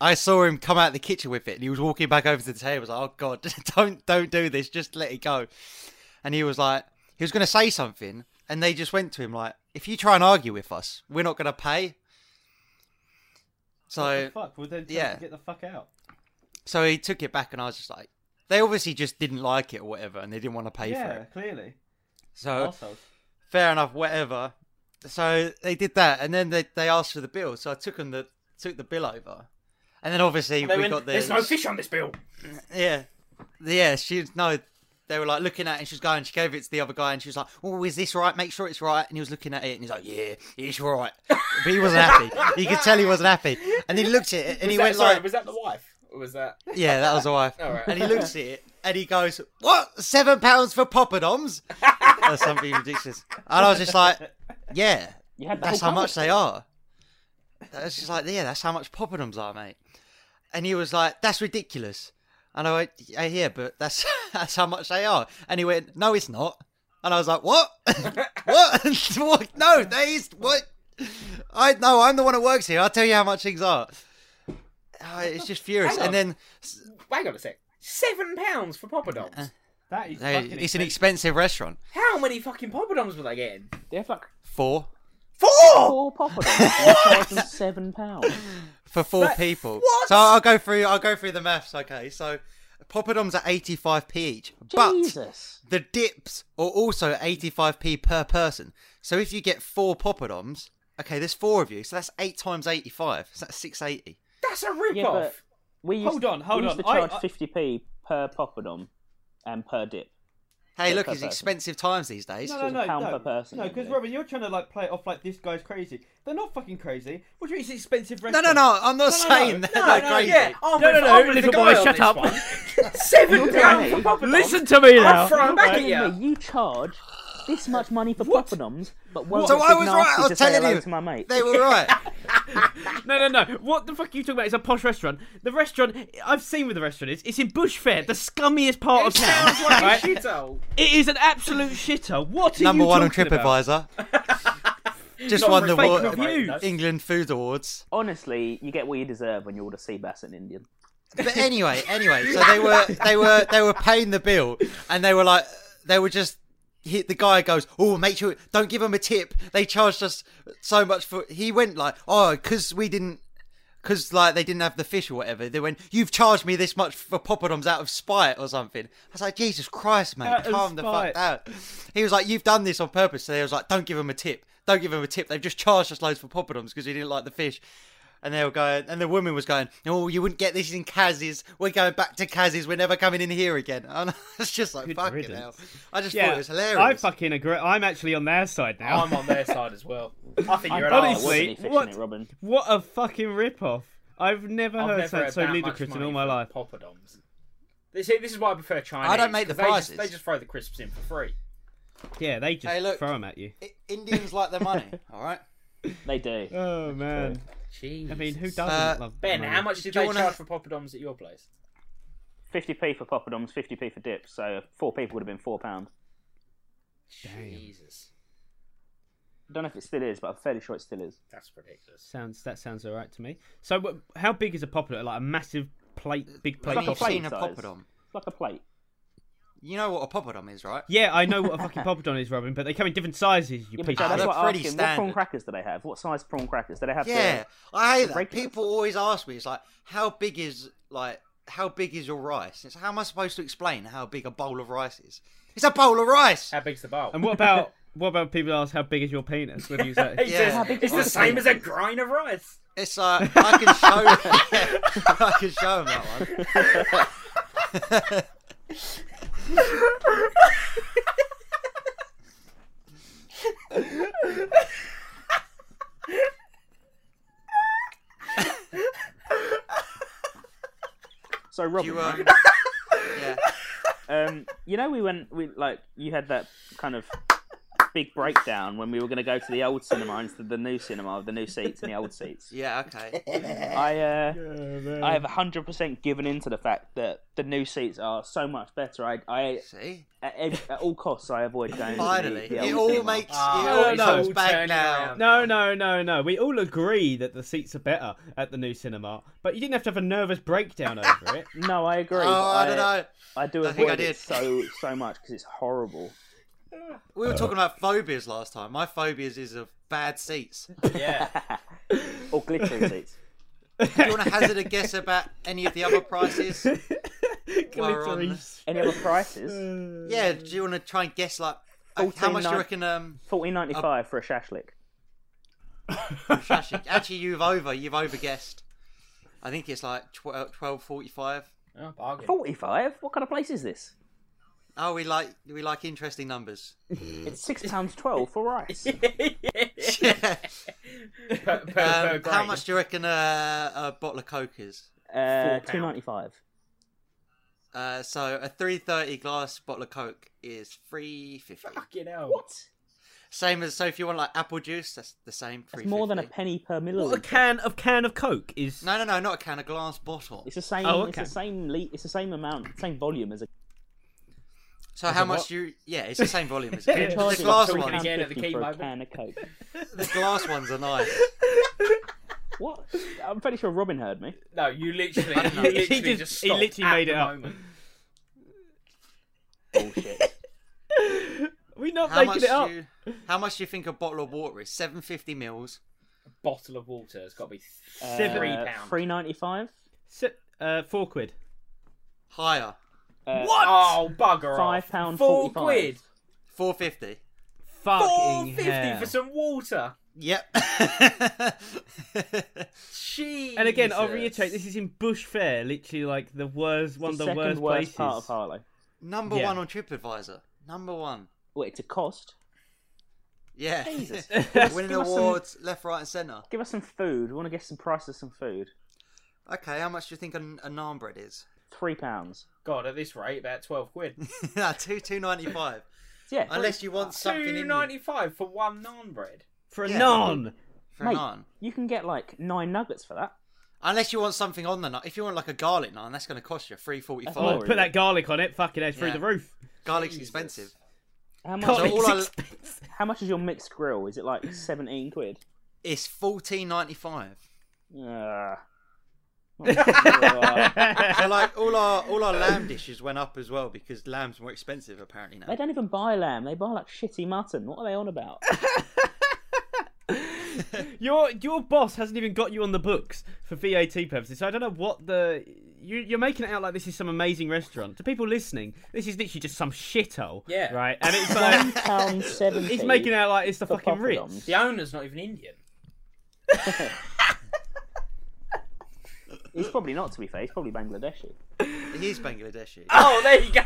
[SPEAKER 2] I saw him come out of the kitchen with it, and he was walking back over to the table. I was like, "Oh God, don't don't do this. Just let it go." And he was like, he was going to say something, and they just went to him like, "If you try and argue with us, we're not going to pay." So
[SPEAKER 1] What the fuck. Well, then tell
[SPEAKER 2] yeah.
[SPEAKER 1] them to get the fuck out.
[SPEAKER 2] so he took it back, and I was just like, they obviously just didn't like it or whatever, and they didn't want to pay for
[SPEAKER 1] Yeah,
[SPEAKER 2] it.
[SPEAKER 1] clearly.
[SPEAKER 2] So
[SPEAKER 1] Arseholes.
[SPEAKER 2] fair enough, whatever. So they did that, and then they, they asked for the bill. So I took them the took the bill over, and then obviously
[SPEAKER 4] They
[SPEAKER 2] we
[SPEAKER 4] went,
[SPEAKER 2] got the
[SPEAKER 4] There's no fish on this bill.
[SPEAKER 2] yeah, yeah. She no, they were like looking at it and she was going, she gave it to the other guy and she was like, Oh, is this right? Make sure it's right. And he was looking at it and he was like, Yeah, it's right. But he wasn't happy. You could tell he wasn't happy. And he looked at it and
[SPEAKER 4] Was
[SPEAKER 2] he
[SPEAKER 4] that-
[SPEAKER 2] went
[SPEAKER 4] sorry,
[SPEAKER 2] like,
[SPEAKER 4] was that the wife? Or was that?
[SPEAKER 2] Yeah, that was a wife.
[SPEAKER 4] All right.
[SPEAKER 2] And he looks at it and he goes, What? Seven pounds for poppadoms? or something ridiculous. And I was just like, Yeah,
[SPEAKER 3] You had the
[SPEAKER 2] that's
[SPEAKER 3] whole
[SPEAKER 2] how much
[SPEAKER 3] cupboard.
[SPEAKER 2] they are. That's just like, yeah, that's how much poppadoms are, mate. And he was like, that's ridiculous. And I went, yeah, yeah, but that's that's how much they are. And he went, no, it's not. And I was like, what? what? what? No, that is what? I no, I'm the one that works here. I'll tell you how much things are. Oh, it's just furious.
[SPEAKER 4] Hang
[SPEAKER 2] And then
[SPEAKER 4] Hang on a sec. Seven pounds for poppadoms.
[SPEAKER 2] Uh,
[SPEAKER 1] That is
[SPEAKER 2] hey,
[SPEAKER 1] fucking
[SPEAKER 2] it's an
[SPEAKER 1] expensive.
[SPEAKER 2] expensive restaurant.
[SPEAKER 4] How many fucking poppadoms were they getting?
[SPEAKER 3] They have like
[SPEAKER 2] Four
[SPEAKER 4] Four.
[SPEAKER 3] four poppadoms. seven pounds.
[SPEAKER 2] for four people.
[SPEAKER 4] what?
[SPEAKER 2] So I'll go through. I'll go through the maths. Okay, so poppadoms are eighty-five p each, but
[SPEAKER 3] Jesus.
[SPEAKER 2] the dips are also eighty-five p per person. So if you get four poppadoms, okay, there's four of you, so that's eight times eighty-five. So that's six eighty.
[SPEAKER 4] That's a rip
[SPEAKER 3] Yeah,
[SPEAKER 4] off.
[SPEAKER 3] but we used,
[SPEAKER 1] Hold on, hold
[SPEAKER 3] we used
[SPEAKER 1] on.
[SPEAKER 3] to charge
[SPEAKER 1] I- I-
[SPEAKER 3] fifty p per poppadom and per dip.
[SPEAKER 2] Hey,
[SPEAKER 3] Yeah,
[SPEAKER 2] look,
[SPEAKER 3] per
[SPEAKER 2] it's
[SPEAKER 3] person.
[SPEAKER 2] expensive times these days.
[SPEAKER 1] No, no,
[SPEAKER 3] It's
[SPEAKER 1] no,
[SPEAKER 3] a pound
[SPEAKER 1] no,
[SPEAKER 3] per person,
[SPEAKER 1] no.
[SPEAKER 3] isn't
[SPEAKER 1] Because
[SPEAKER 3] it?
[SPEAKER 1] Robin, you're trying to like play it off like this guy's crazy. They're not fucking crazy. What do you mean it's an expensive
[SPEAKER 2] No,
[SPEAKER 1] restaurant?
[SPEAKER 2] no, no, I'm
[SPEAKER 1] No,
[SPEAKER 2] not
[SPEAKER 1] no, no.
[SPEAKER 2] saying that.
[SPEAKER 1] No,
[SPEAKER 2] they're
[SPEAKER 1] no,
[SPEAKER 2] crazy.
[SPEAKER 4] Yeah, I'm
[SPEAKER 1] No,
[SPEAKER 4] with,
[SPEAKER 1] no, no,
[SPEAKER 4] I'm with
[SPEAKER 1] little
[SPEAKER 4] the guy
[SPEAKER 1] boy,
[SPEAKER 4] on
[SPEAKER 1] shut
[SPEAKER 4] this
[SPEAKER 1] up.
[SPEAKER 4] one. Seven pounds for poppadoms.
[SPEAKER 1] Listen to me now.
[SPEAKER 4] I'm throwing back at
[SPEAKER 3] Telling
[SPEAKER 4] you.
[SPEAKER 3] me you charge this much money for poppadoms, but won't
[SPEAKER 2] So
[SPEAKER 3] get
[SPEAKER 2] I
[SPEAKER 3] big
[SPEAKER 2] was
[SPEAKER 3] nasty
[SPEAKER 2] right. I
[SPEAKER 3] to
[SPEAKER 2] was
[SPEAKER 3] say hello
[SPEAKER 2] telling
[SPEAKER 3] to my mate.
[SPEAKER 2] you, they were right.
[SPEAKER 1] No, no, no. What the fuck are you talking about? It's a posh restaurant. The restaurant, I've seen where the restaurant is. It's in Bush Fair, the scummiest part
[SPEAKER 4] It
[SPEAKER 1] of town.
[SPEAKER 4] sounds like
[SPEAKER 1] right?
[SPEAKER 4] a shithole.
[SPEAKER 1] It is an absolute shitter. What are
[SPEAKER 2] Number
[SPEAKER 1] you
[SPEAKER 2] one on
[SPEAKER 1] talking about?
[SPEAKER 2] TripAdvisor. Just
[SPEAKER 4] Not
[SPEAKER 2] won
[SPEAKER 4] for
[SPEAKER 2] the
[SPEAKER 4] fake
[SPEAKER 2] wa-
[SPEAKER 1] reviews.
[SPEAKER 2] England Food Awards.
[SPEAKER 3] Honestly, you get what you deserve when you order sea bass and Indian.
[SPEAKER 2] But anyway, anyway, so they were they were they were paying the bill, and they were like they were just hit the guy goes, oh, make sure don't give them a tip. They charged us so much for. He went like, oh, because we didn't. Because like they didn't have the fish or whatever, they went. You've charged me this much for poppadoms out of spite or something. I was like, Jesus Christ, mate,
[SPEAKER 1] Out of
[SPEAKER 2] calm the fuck
[SPEAKER 1] spite.
[SPEAKER 2] down. He was like, you've done this on purpose. So they was like, don't give them a tip. Don't give them a tip. They've just charged us loads for poppadoms because we didn't like the fish. And they were going, and the woman was going, "Oh, you wouldn't get this in Kaz's. We're going back to Kaz's. We're never coming in here again." And it's just like
[SPEAKER 1] Good
[SPEAKER 2] fucking
[SPEAKER 1] riddance.
[SPEAKER 2] hell. I just
[SPEAKER 1] Yeah,
[SPEAKER 2] thought it was Oh, hilarious.
[SPEAKER 1] I fucking agree. I'm actually on their side now.
[SPEAKER 4] I'm on their side as well. I think you're an
[SPEAKER 3] I
[SPEAKER 1] Honestly,
[SPEAKER 3] wasn't
[SPEAKER 4] arse.
[SPEAKER 3] any fiction
[SPEAKER 1] what-
[SPEAKER 3] it, Robin.
[SPEAKER 1] What a fucking rip-off. I've never
[SPEAKER 4] I've
[SPEAKER 1] heard
[SPEAKER 4] never
[SPEAKER 1] something
[SPEAKER 4] had
[SPEAKER 1] so
[SPEAKER 4] that much
[SPEAKER 1] ludicrous in
[SPEAKER 4] money
[SPEAKER 1] all my
[SPEAKER 4] for
[SPEAKER 1] life.
[SPEAKER 4] Poppadoms. This, this is why I prefer Chinese.
[SPEAKER 2] I don't make the
[SPEAKER 4] 'cause they just-
[SPEAKER 2] prices.
[SPEAKER 4] They just throw the crisps in for free.
[SPEAKER 1] Yeah, they just
[SPEAKER 2] Hey, look.
[SPEAKER 1] throw them at you.
[SPEAKER 2] I- Indians like their money. All right.
[SPEAKER 3] They do.
[SPEAKER 1] Oh man.
[SPEAKER 4] Jeez.
[SPEAKER 1] I mean, who doesn't
[SPEAKER 2] Uh,
[SPEAKER 1] love
[SPEAKER 4] Ben,
[SPEAKER 1] money?
[SPEAKER 4] how much did
[SPEAKER 2] Do you
[SPEAKER 4] they
[SPEAKER 2] wanna-
[SPEAKER 4] charge for poppadoms at your place?
[SPEAKER 3] 50p for poppadoms, 50p for dips, so four people would have been four pounds.
[SPEAKER 4] Jesus,
[SPEAKER 3] I don't know if it still is, but I'm fairly sure it still is.
[SPEAKER 4] that's ridiculous.
[SPEAKER 1] Sounds that sounds all right to me. So, wh- how big is a popular? Like a massive plate, big plate.
[SPEAKER 2] Like
[SPEAKER 1] of
[SPEAKER 2] you've
[SPEAKER 3] plate
[SPEAKER 2] seen a
[SPEAKER 3] size.
[SPEAKER 2] poppadom.
[SPEAKER 3] It's like a plate.
[SPEAKER 2] You know what a poppadom is, right?
[SPEAKER 1] Yeah, I know what a fucking poppadom is, Robin, but they come in different sizes. You
[SPEAKER 3] Yeah, but
[SPEAKER 1] piece
[SPEAKER 3] Joe,
[SPEAKER 1] of
[SPEAKER 2] they're
[SPEAKER 3] that's
[SPEAKER 1] shit.
[SPEAKER 3] what I
[SPEAKER 2] pretty
[SPEAKER 3] asked him. What prawn
[SPEAKER 2] standard.
[SPEAKER 3] crackers do they have? What size prawn crackers do they have? uh,
[SPEAKER 2] Yeah, I hate that.
[SPEAKER 3] regular
[SPEAKER 2] People always ask me, it's like, how big is like how big is your rice? It's how am I supposed to explain how big a bowl of rice is? It's a bowl of rice.
[SPEAKER 4] How big's the bowl?
[SPEAKER 1] And what about what about people ask how big is your penis? What do you say?
[SPEAKER 4] He
[SPEAKER 2] Yeah.
[SPEAKER 4] says,
[SPEAKER 2] How big
[SPEAKER 4] it's
[SPEAKER 2] is
[SPEAKER 4] the
[SPEAKER 2] the
[SPEAKER 4] same
[SPEAKER 2] thing?
[SPEAKER 4] as a grain of rice.
[SPEAKER 2] It's like I can show, I can show 'em that one.
[SPEAKER 3] So Robin,
[SPEAKER 2] You um,
[SPEAKER 3] right?
[SPEAKER 2] yeah.
[SPEAKER 3] um, you know, we went, we like, you had that kind of big breakdown when we were going to go to the old cinema instead of the new cinema, the new seats and the old seats.
[SPEAKER 2] Yeah, okay.
[SPEAKER 3] I, uh, I have hundred percent given in to the fact that the new seats are so much better. I, I
[SPEAKER 2] See?
[SPEAKER 3] at, ev- at all costs, I avoid going. to
[SPEAKER 2] Finally.
[SPEAKER 3] the, the
[SPEAKER 2] It
[SPEAKER 3] old
[SPEAKER 2] all
[SPEAKER 3] cinema.
[SPEAKER 2] makes
[SPEAKER 4] Ah,
[SPEAKER 2] it
[SPEAKER 1] no,
[SPEAKER 2] all
[SPEAKER 1] no,
[SPEAKER 2] comes
[SPEAKER 4] all
[SPEAKER 2] back
[SPEAKER 4] turning
[SPEAKER 2] now.
[SPEAKER 4] around.
[SPEAKER 1] No, no, no, no. We all agree that the seats are better at the new cinema, but you didn't have to have a nervous breakdown over it.
[SPEAKER 3] No, I agree.
[SPEAKER 2] Oh,
[SPEAKER 3] but
[SPEAKER 2] I don't know.
[SPEAKER 3] I do
[SPEAKER 2] I
[SPEAKER 3] avoid
[SPEAKER 2] think I
[SPEAKER 3] it
[SPEAKER 2] did.
[SPEAKER 3] so so much because it's horrible.
[SPEAKER 2] We were talking about phobias last time. My phobias is of bad seats. Do
[SPEAKER 4] Yeah.
[SPEAKER 3] Or glittery seats.
[SPEAKER 2] you want to hazard a guess about any of the other prices? We're on-
[SPEAKER 1] Glittery.
[SPEAKER 3] Any other
[SPEAKER 2] Uh,
[SPEAKER 3] prices?
[SPEAKER 2] Yeah, do you want to try and guess like uh, how much do you
[SPEAKER 3] 14.9.
[SPEAKER 2] reckon um
[SPEAKER 3] Fourteen ninety five for a shashlik.
[SPEAKER 2] Shashi? Actually, you've over you've over guessed. I uh, think it's like twelve twelve forty five.
[SPEAKER 4] Oh, bargain.
[SPEAKER 3] Forty five? What kind of place is this?
[SPEAKER 2] Oh, we like we like interesting numbers.
[SPEAKER 3] It's six pounds twelve for rice.
[SPEAKER 2] Yeah.
[SPEAKER 4] per, per, per
[SPEAKER 2] Um, how
[SPEAKER 4] grain.
[SPEAKER 2] much do you reckon uh, a bottle of Coke is?
[SPEAKER 3] Uh,
[SPEAKER 4] pound.
[SPEAKER 3] two ninety five.
[SPEAKER 2] Uh, so a three thirty glass bottle of Coke is three fifty.
[SPEAKER 4] Fucking hell.
[SPEAKER 3] What?
[SPEAKER 2] Same as so if you want like apple juice, that's the same.
[SPEAKER 3] It's more than a penny per
[SPEAKER 1] What a
[SPEAKER 3] milliliter.
[SPEAKER 1] can of can of Coke is.
[SPEAKER 2] No, no, no, not a can, a glass bottle.
[SPEAKER 3] It's the same.
[SPEAKER 1] Oh,
[SPEAKER 3] It's
[SPEAKER 1] okay.
[SPEAKER 3] the same. Le- it's the same amount, same volume as a.
[SPEAKER 2] So how much do you? Yeah, it's the same volume as a
[SPEAKER 1] They're
[SPEAKER 2] can. the
[SPEAKER 3] charging
[SPEAKER 2] glass
[SPEAKER 3] three
[SPEAKER 4] one.
[SPEAKER 3] pound
[SPEAKER 2] ones.
[SPEAKER 4] Again at the
[SPEAKER 3] fifty
[SPEAKER 4] key
[SPEAKER 3] for a
[SPEAKER 4] moment.
[SPEAKER 3] can of Coke.
[SPEAKER 2] The glass ones are nice.
[SPEAKER 3] What? I'm pretty sure Robin heard me.
[SPEAKER 4] No, you literally,
[SPEAKER 2] don't know.
[SPEAKER 4] you
[SPEAKER 1] He
[SPEAKER 4] literally
[SPEAKER 1] just-
[SPEAKER 4] just,
[SPEAKER 1] he
[SPEAKER 4] stopped
[SPEAKER 1] literally
[SPEAKER 4] at
[SPEAKER 1] made
[SPEAKER 4] the
[SPEAKER 1] it up.
[SPEAKER 4] moment.
[SPEAKER 3] Bullshit.
[SPEAKER 1] We're not
[SPEAKER 2] How
[SPEAKER 1] making
[SPEAKER 2] much
[SPEAKER 1] it up.
[SPEAKER 2] do you? How much do you think a bottle of water is? Seven fifty mils.
[SPEAKER 4] Bottle of water has got to be
[SPEAKER 3] Uh,
[SPEAKER 1] Seven-
[SPEAKER 4] three pounds.
[SPEAKER 3] Three ninety five.
[SPEAKER 1] Si- uh, four quid.
[SPEAKER 2] Higher.
[SPEAKER 3] Uh,
[SPEAKER 1] What?
[SPEAKER 4] Oh, bugger
[SPEAKER 3] Five
[SPEAKER 4] off.
[SPEAKER 3] pound
[SPEAKER 4] Four
[SPEAKER 3] forty-five.
[SPEAKER 4] quid.
[SPEAKER 2] Four fifty.
[SPEAKER 4] Four
[SPEAKER 1] Fucking
[SPEAKER 4] fifty
[SPEAKER 1] hell.
[SPEAKER 4] for some water.
[SPEAKER 2] Yep.
[SPEAKER 4] Jeez.
[SPEAKER 1] And again, I'll reiterate: this is in Bush Fair, literally like the worst, one
[SPEAKER 3] The
[SPEAKER 1] of the
[SPEAKER 3] second
[SPEAKER 1] worst, places.
[SPEAKER 3] part of Harlow.
[SPEAKER 2] Number
[SPEAKER 1] Yeah.
[SPEAKER 2] one on TripAdvisor. Number one.
[SPEAKER 3] Well, it's a cost.
[SPEAKER 2] Yeah.
[SPEAKER 3] Jesus.
[SPEAKER 2] Winning
[SPEAKER 3] Give us some-
[SPEAKER 2] awards left, right, and centre.
[SPEAKER 3] Give us some food. We want to guess some prices of some food.
[SPEAKER 2] Okay, how much do you think an, a naan bread is?
[SPEAKER 3] Three pounds.
[SPEAKER 4] God, at this rate, about twelve quid.
[SPEAKER 2] two two ninety five.
[SPEAKER 3] Yeah.
[SPEAKER 2] Unless you want something
[SPEAKER 4] Two
[SPEAKER 2] in
[SPEAKER 4] ninety five for one naan bread.
[SPEAKER 1] for a
[SPEAKER 2] Yeah.
[SPEAKER 1] non.
[SPEAKER 2] for
[SPEAKER 3] Mate,
[SPEAKER 2] a naan.
[SPEAKER 3] you can get like nine nuggets for that.
[SPEAKER 2] Unless you want something on the naan. If you want like a garlic naan, that's going to cost you three forty
[SPEAKER 3] That's
[SPEAKER 1] Oh,
[SPEAKER 3] not
[SPEAKER 2] five.
[SPEAKER 3] really-
[SPEAKER 1] put that garlic on it. Fucking edge through
[SPEAKER 2] Yeah.
[SPEAKER 1] the roof.
[SPEAKER 2] Garlic's
[SPEAKER 4] Jesus.
[SPEAKER 2] expensive.
[SPEAKER 3] How much?
[SPEAKER 2] So all I-
[SPEAKER 1] Garlic's expensive.
[SPEAKER 3] How much is your mixed grill? Is it like seventeen quid?
[SPEAKER 2] It's fourteen ninety five.
[SPEAKER 3] Ugh. uh,
[SPEAKER 2] So like all our all our lamb dishes went up as well because lamb's more expensive apparently now.
[SPEAKER 3] they don't even buy lamb. They buy like shitty mutton. What are they on about?
[SPEAKER 1] your your boss hasn't even got you on the books for VAT purposes. So I don't know what the you, you're making it out like this is some amazing restaurant. To people listening, this is literally just some shithole.
[SPEAKER 4] Yeah.
[SPEAKER 1] Right. And it's
[SPEAKER 3] One
[SPEAKER 1] like
[SPEAKER 3] pound seventy.
[SPEAKER 1] he's making it out like it's the
[SPEAKER 3] for
[SPEAKER 1] fucking Ritz.
[SPEAKER 3] poppadoms.
[SPEAKER 4] The owner's not even Indian.
[SPEAKER 3] He's probably not to be fair. He's probably Bangladeshi.
[SPEAKER 2] He's Bangladeshi.
[SPEAKER 4] Oh, there you go.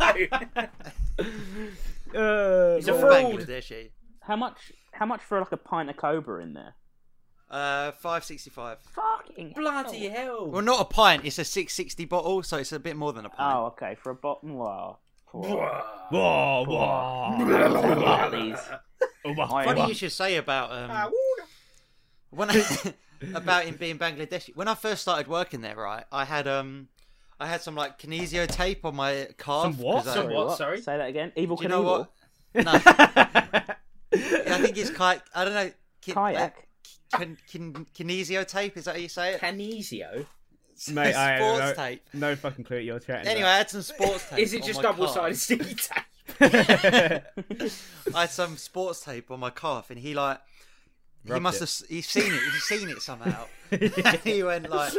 [SPEAKER 1] Uh,
[SPEAKER 4] He's a
[SPEAKER 1] well,
[SPEAKER 4] fraud.
[SPEAKER 2] Bangladeshi.
[SPEAKER 3] How much? How much for like a pint of Cobra in there?
[SPEAKER 2] Uh, five sixty five.
[SPEAKER 3] Fucking
[SPEAKER 4] Bloody
[SPEAKER 1] Oh.
[SPEAKER 3] hell.
[SPEAKER 4] hell.
[SPEAKER 2] Well, not a pint. It's a six sixty bottle, so it's a bit more than a pint.
[SPEAKER 3] Oh, okay. For a bottom wow.
[SPEAKER 1] whoa, whoa.
[SPEAKER 3] Oh.
[SPEAKER 2] Funny you should say about
[SPEAKER 4] Ah,
[SPEAKER 2] um, when I, about him being Bangladeshi. When I first started working there, right, I had um, I had some like kinesio tape on my calf.
[SPEAKER 1] Some what?
[SPEAKER 2] 'cause I-
[SPEAKER 4] Some what? Sorry.
[SPEAKER 3] Say that again. Evil Knievel.
[SPEAKER 2] Do you know what? No, I think it's kayak. I don't know. Kin,
[SPEAKER 3] Kayak.
[SPEAKER 2] Kin, kin, kinesio tape. Is that how you say it?
[SPEAKER 4] Canesio.
[SPEAKER 1] Mate, I-
[SPEAKER 2] sports
[SPEAKER 1] no-
[SPEAKER 2] tape.
[SPEAKER 1] No fucking clue what you're chatting.
[SPEAKER 2] Anyway, I had some sports tape.
[SPEAKER 4] Is it
[SPEAKER 1] Oh
[SPEAKER 2] on
[SPEAKER 4] just
[SPEAKER 2] my
[SPEAKER 4] double
[SPEAKER 2] calf.
[SPEAKER 4] sided sticky tape?
[SPEAKER 1] about.
[SPEAKER 2] I had some sports tape on my calf, and he like he
[SPEAKER 1] Rubbed
[SPEAKER 2] must
[SPEAKER 1] it.
[SPEAKER 2] have have he's seen it. He's seen it somehow. and he went like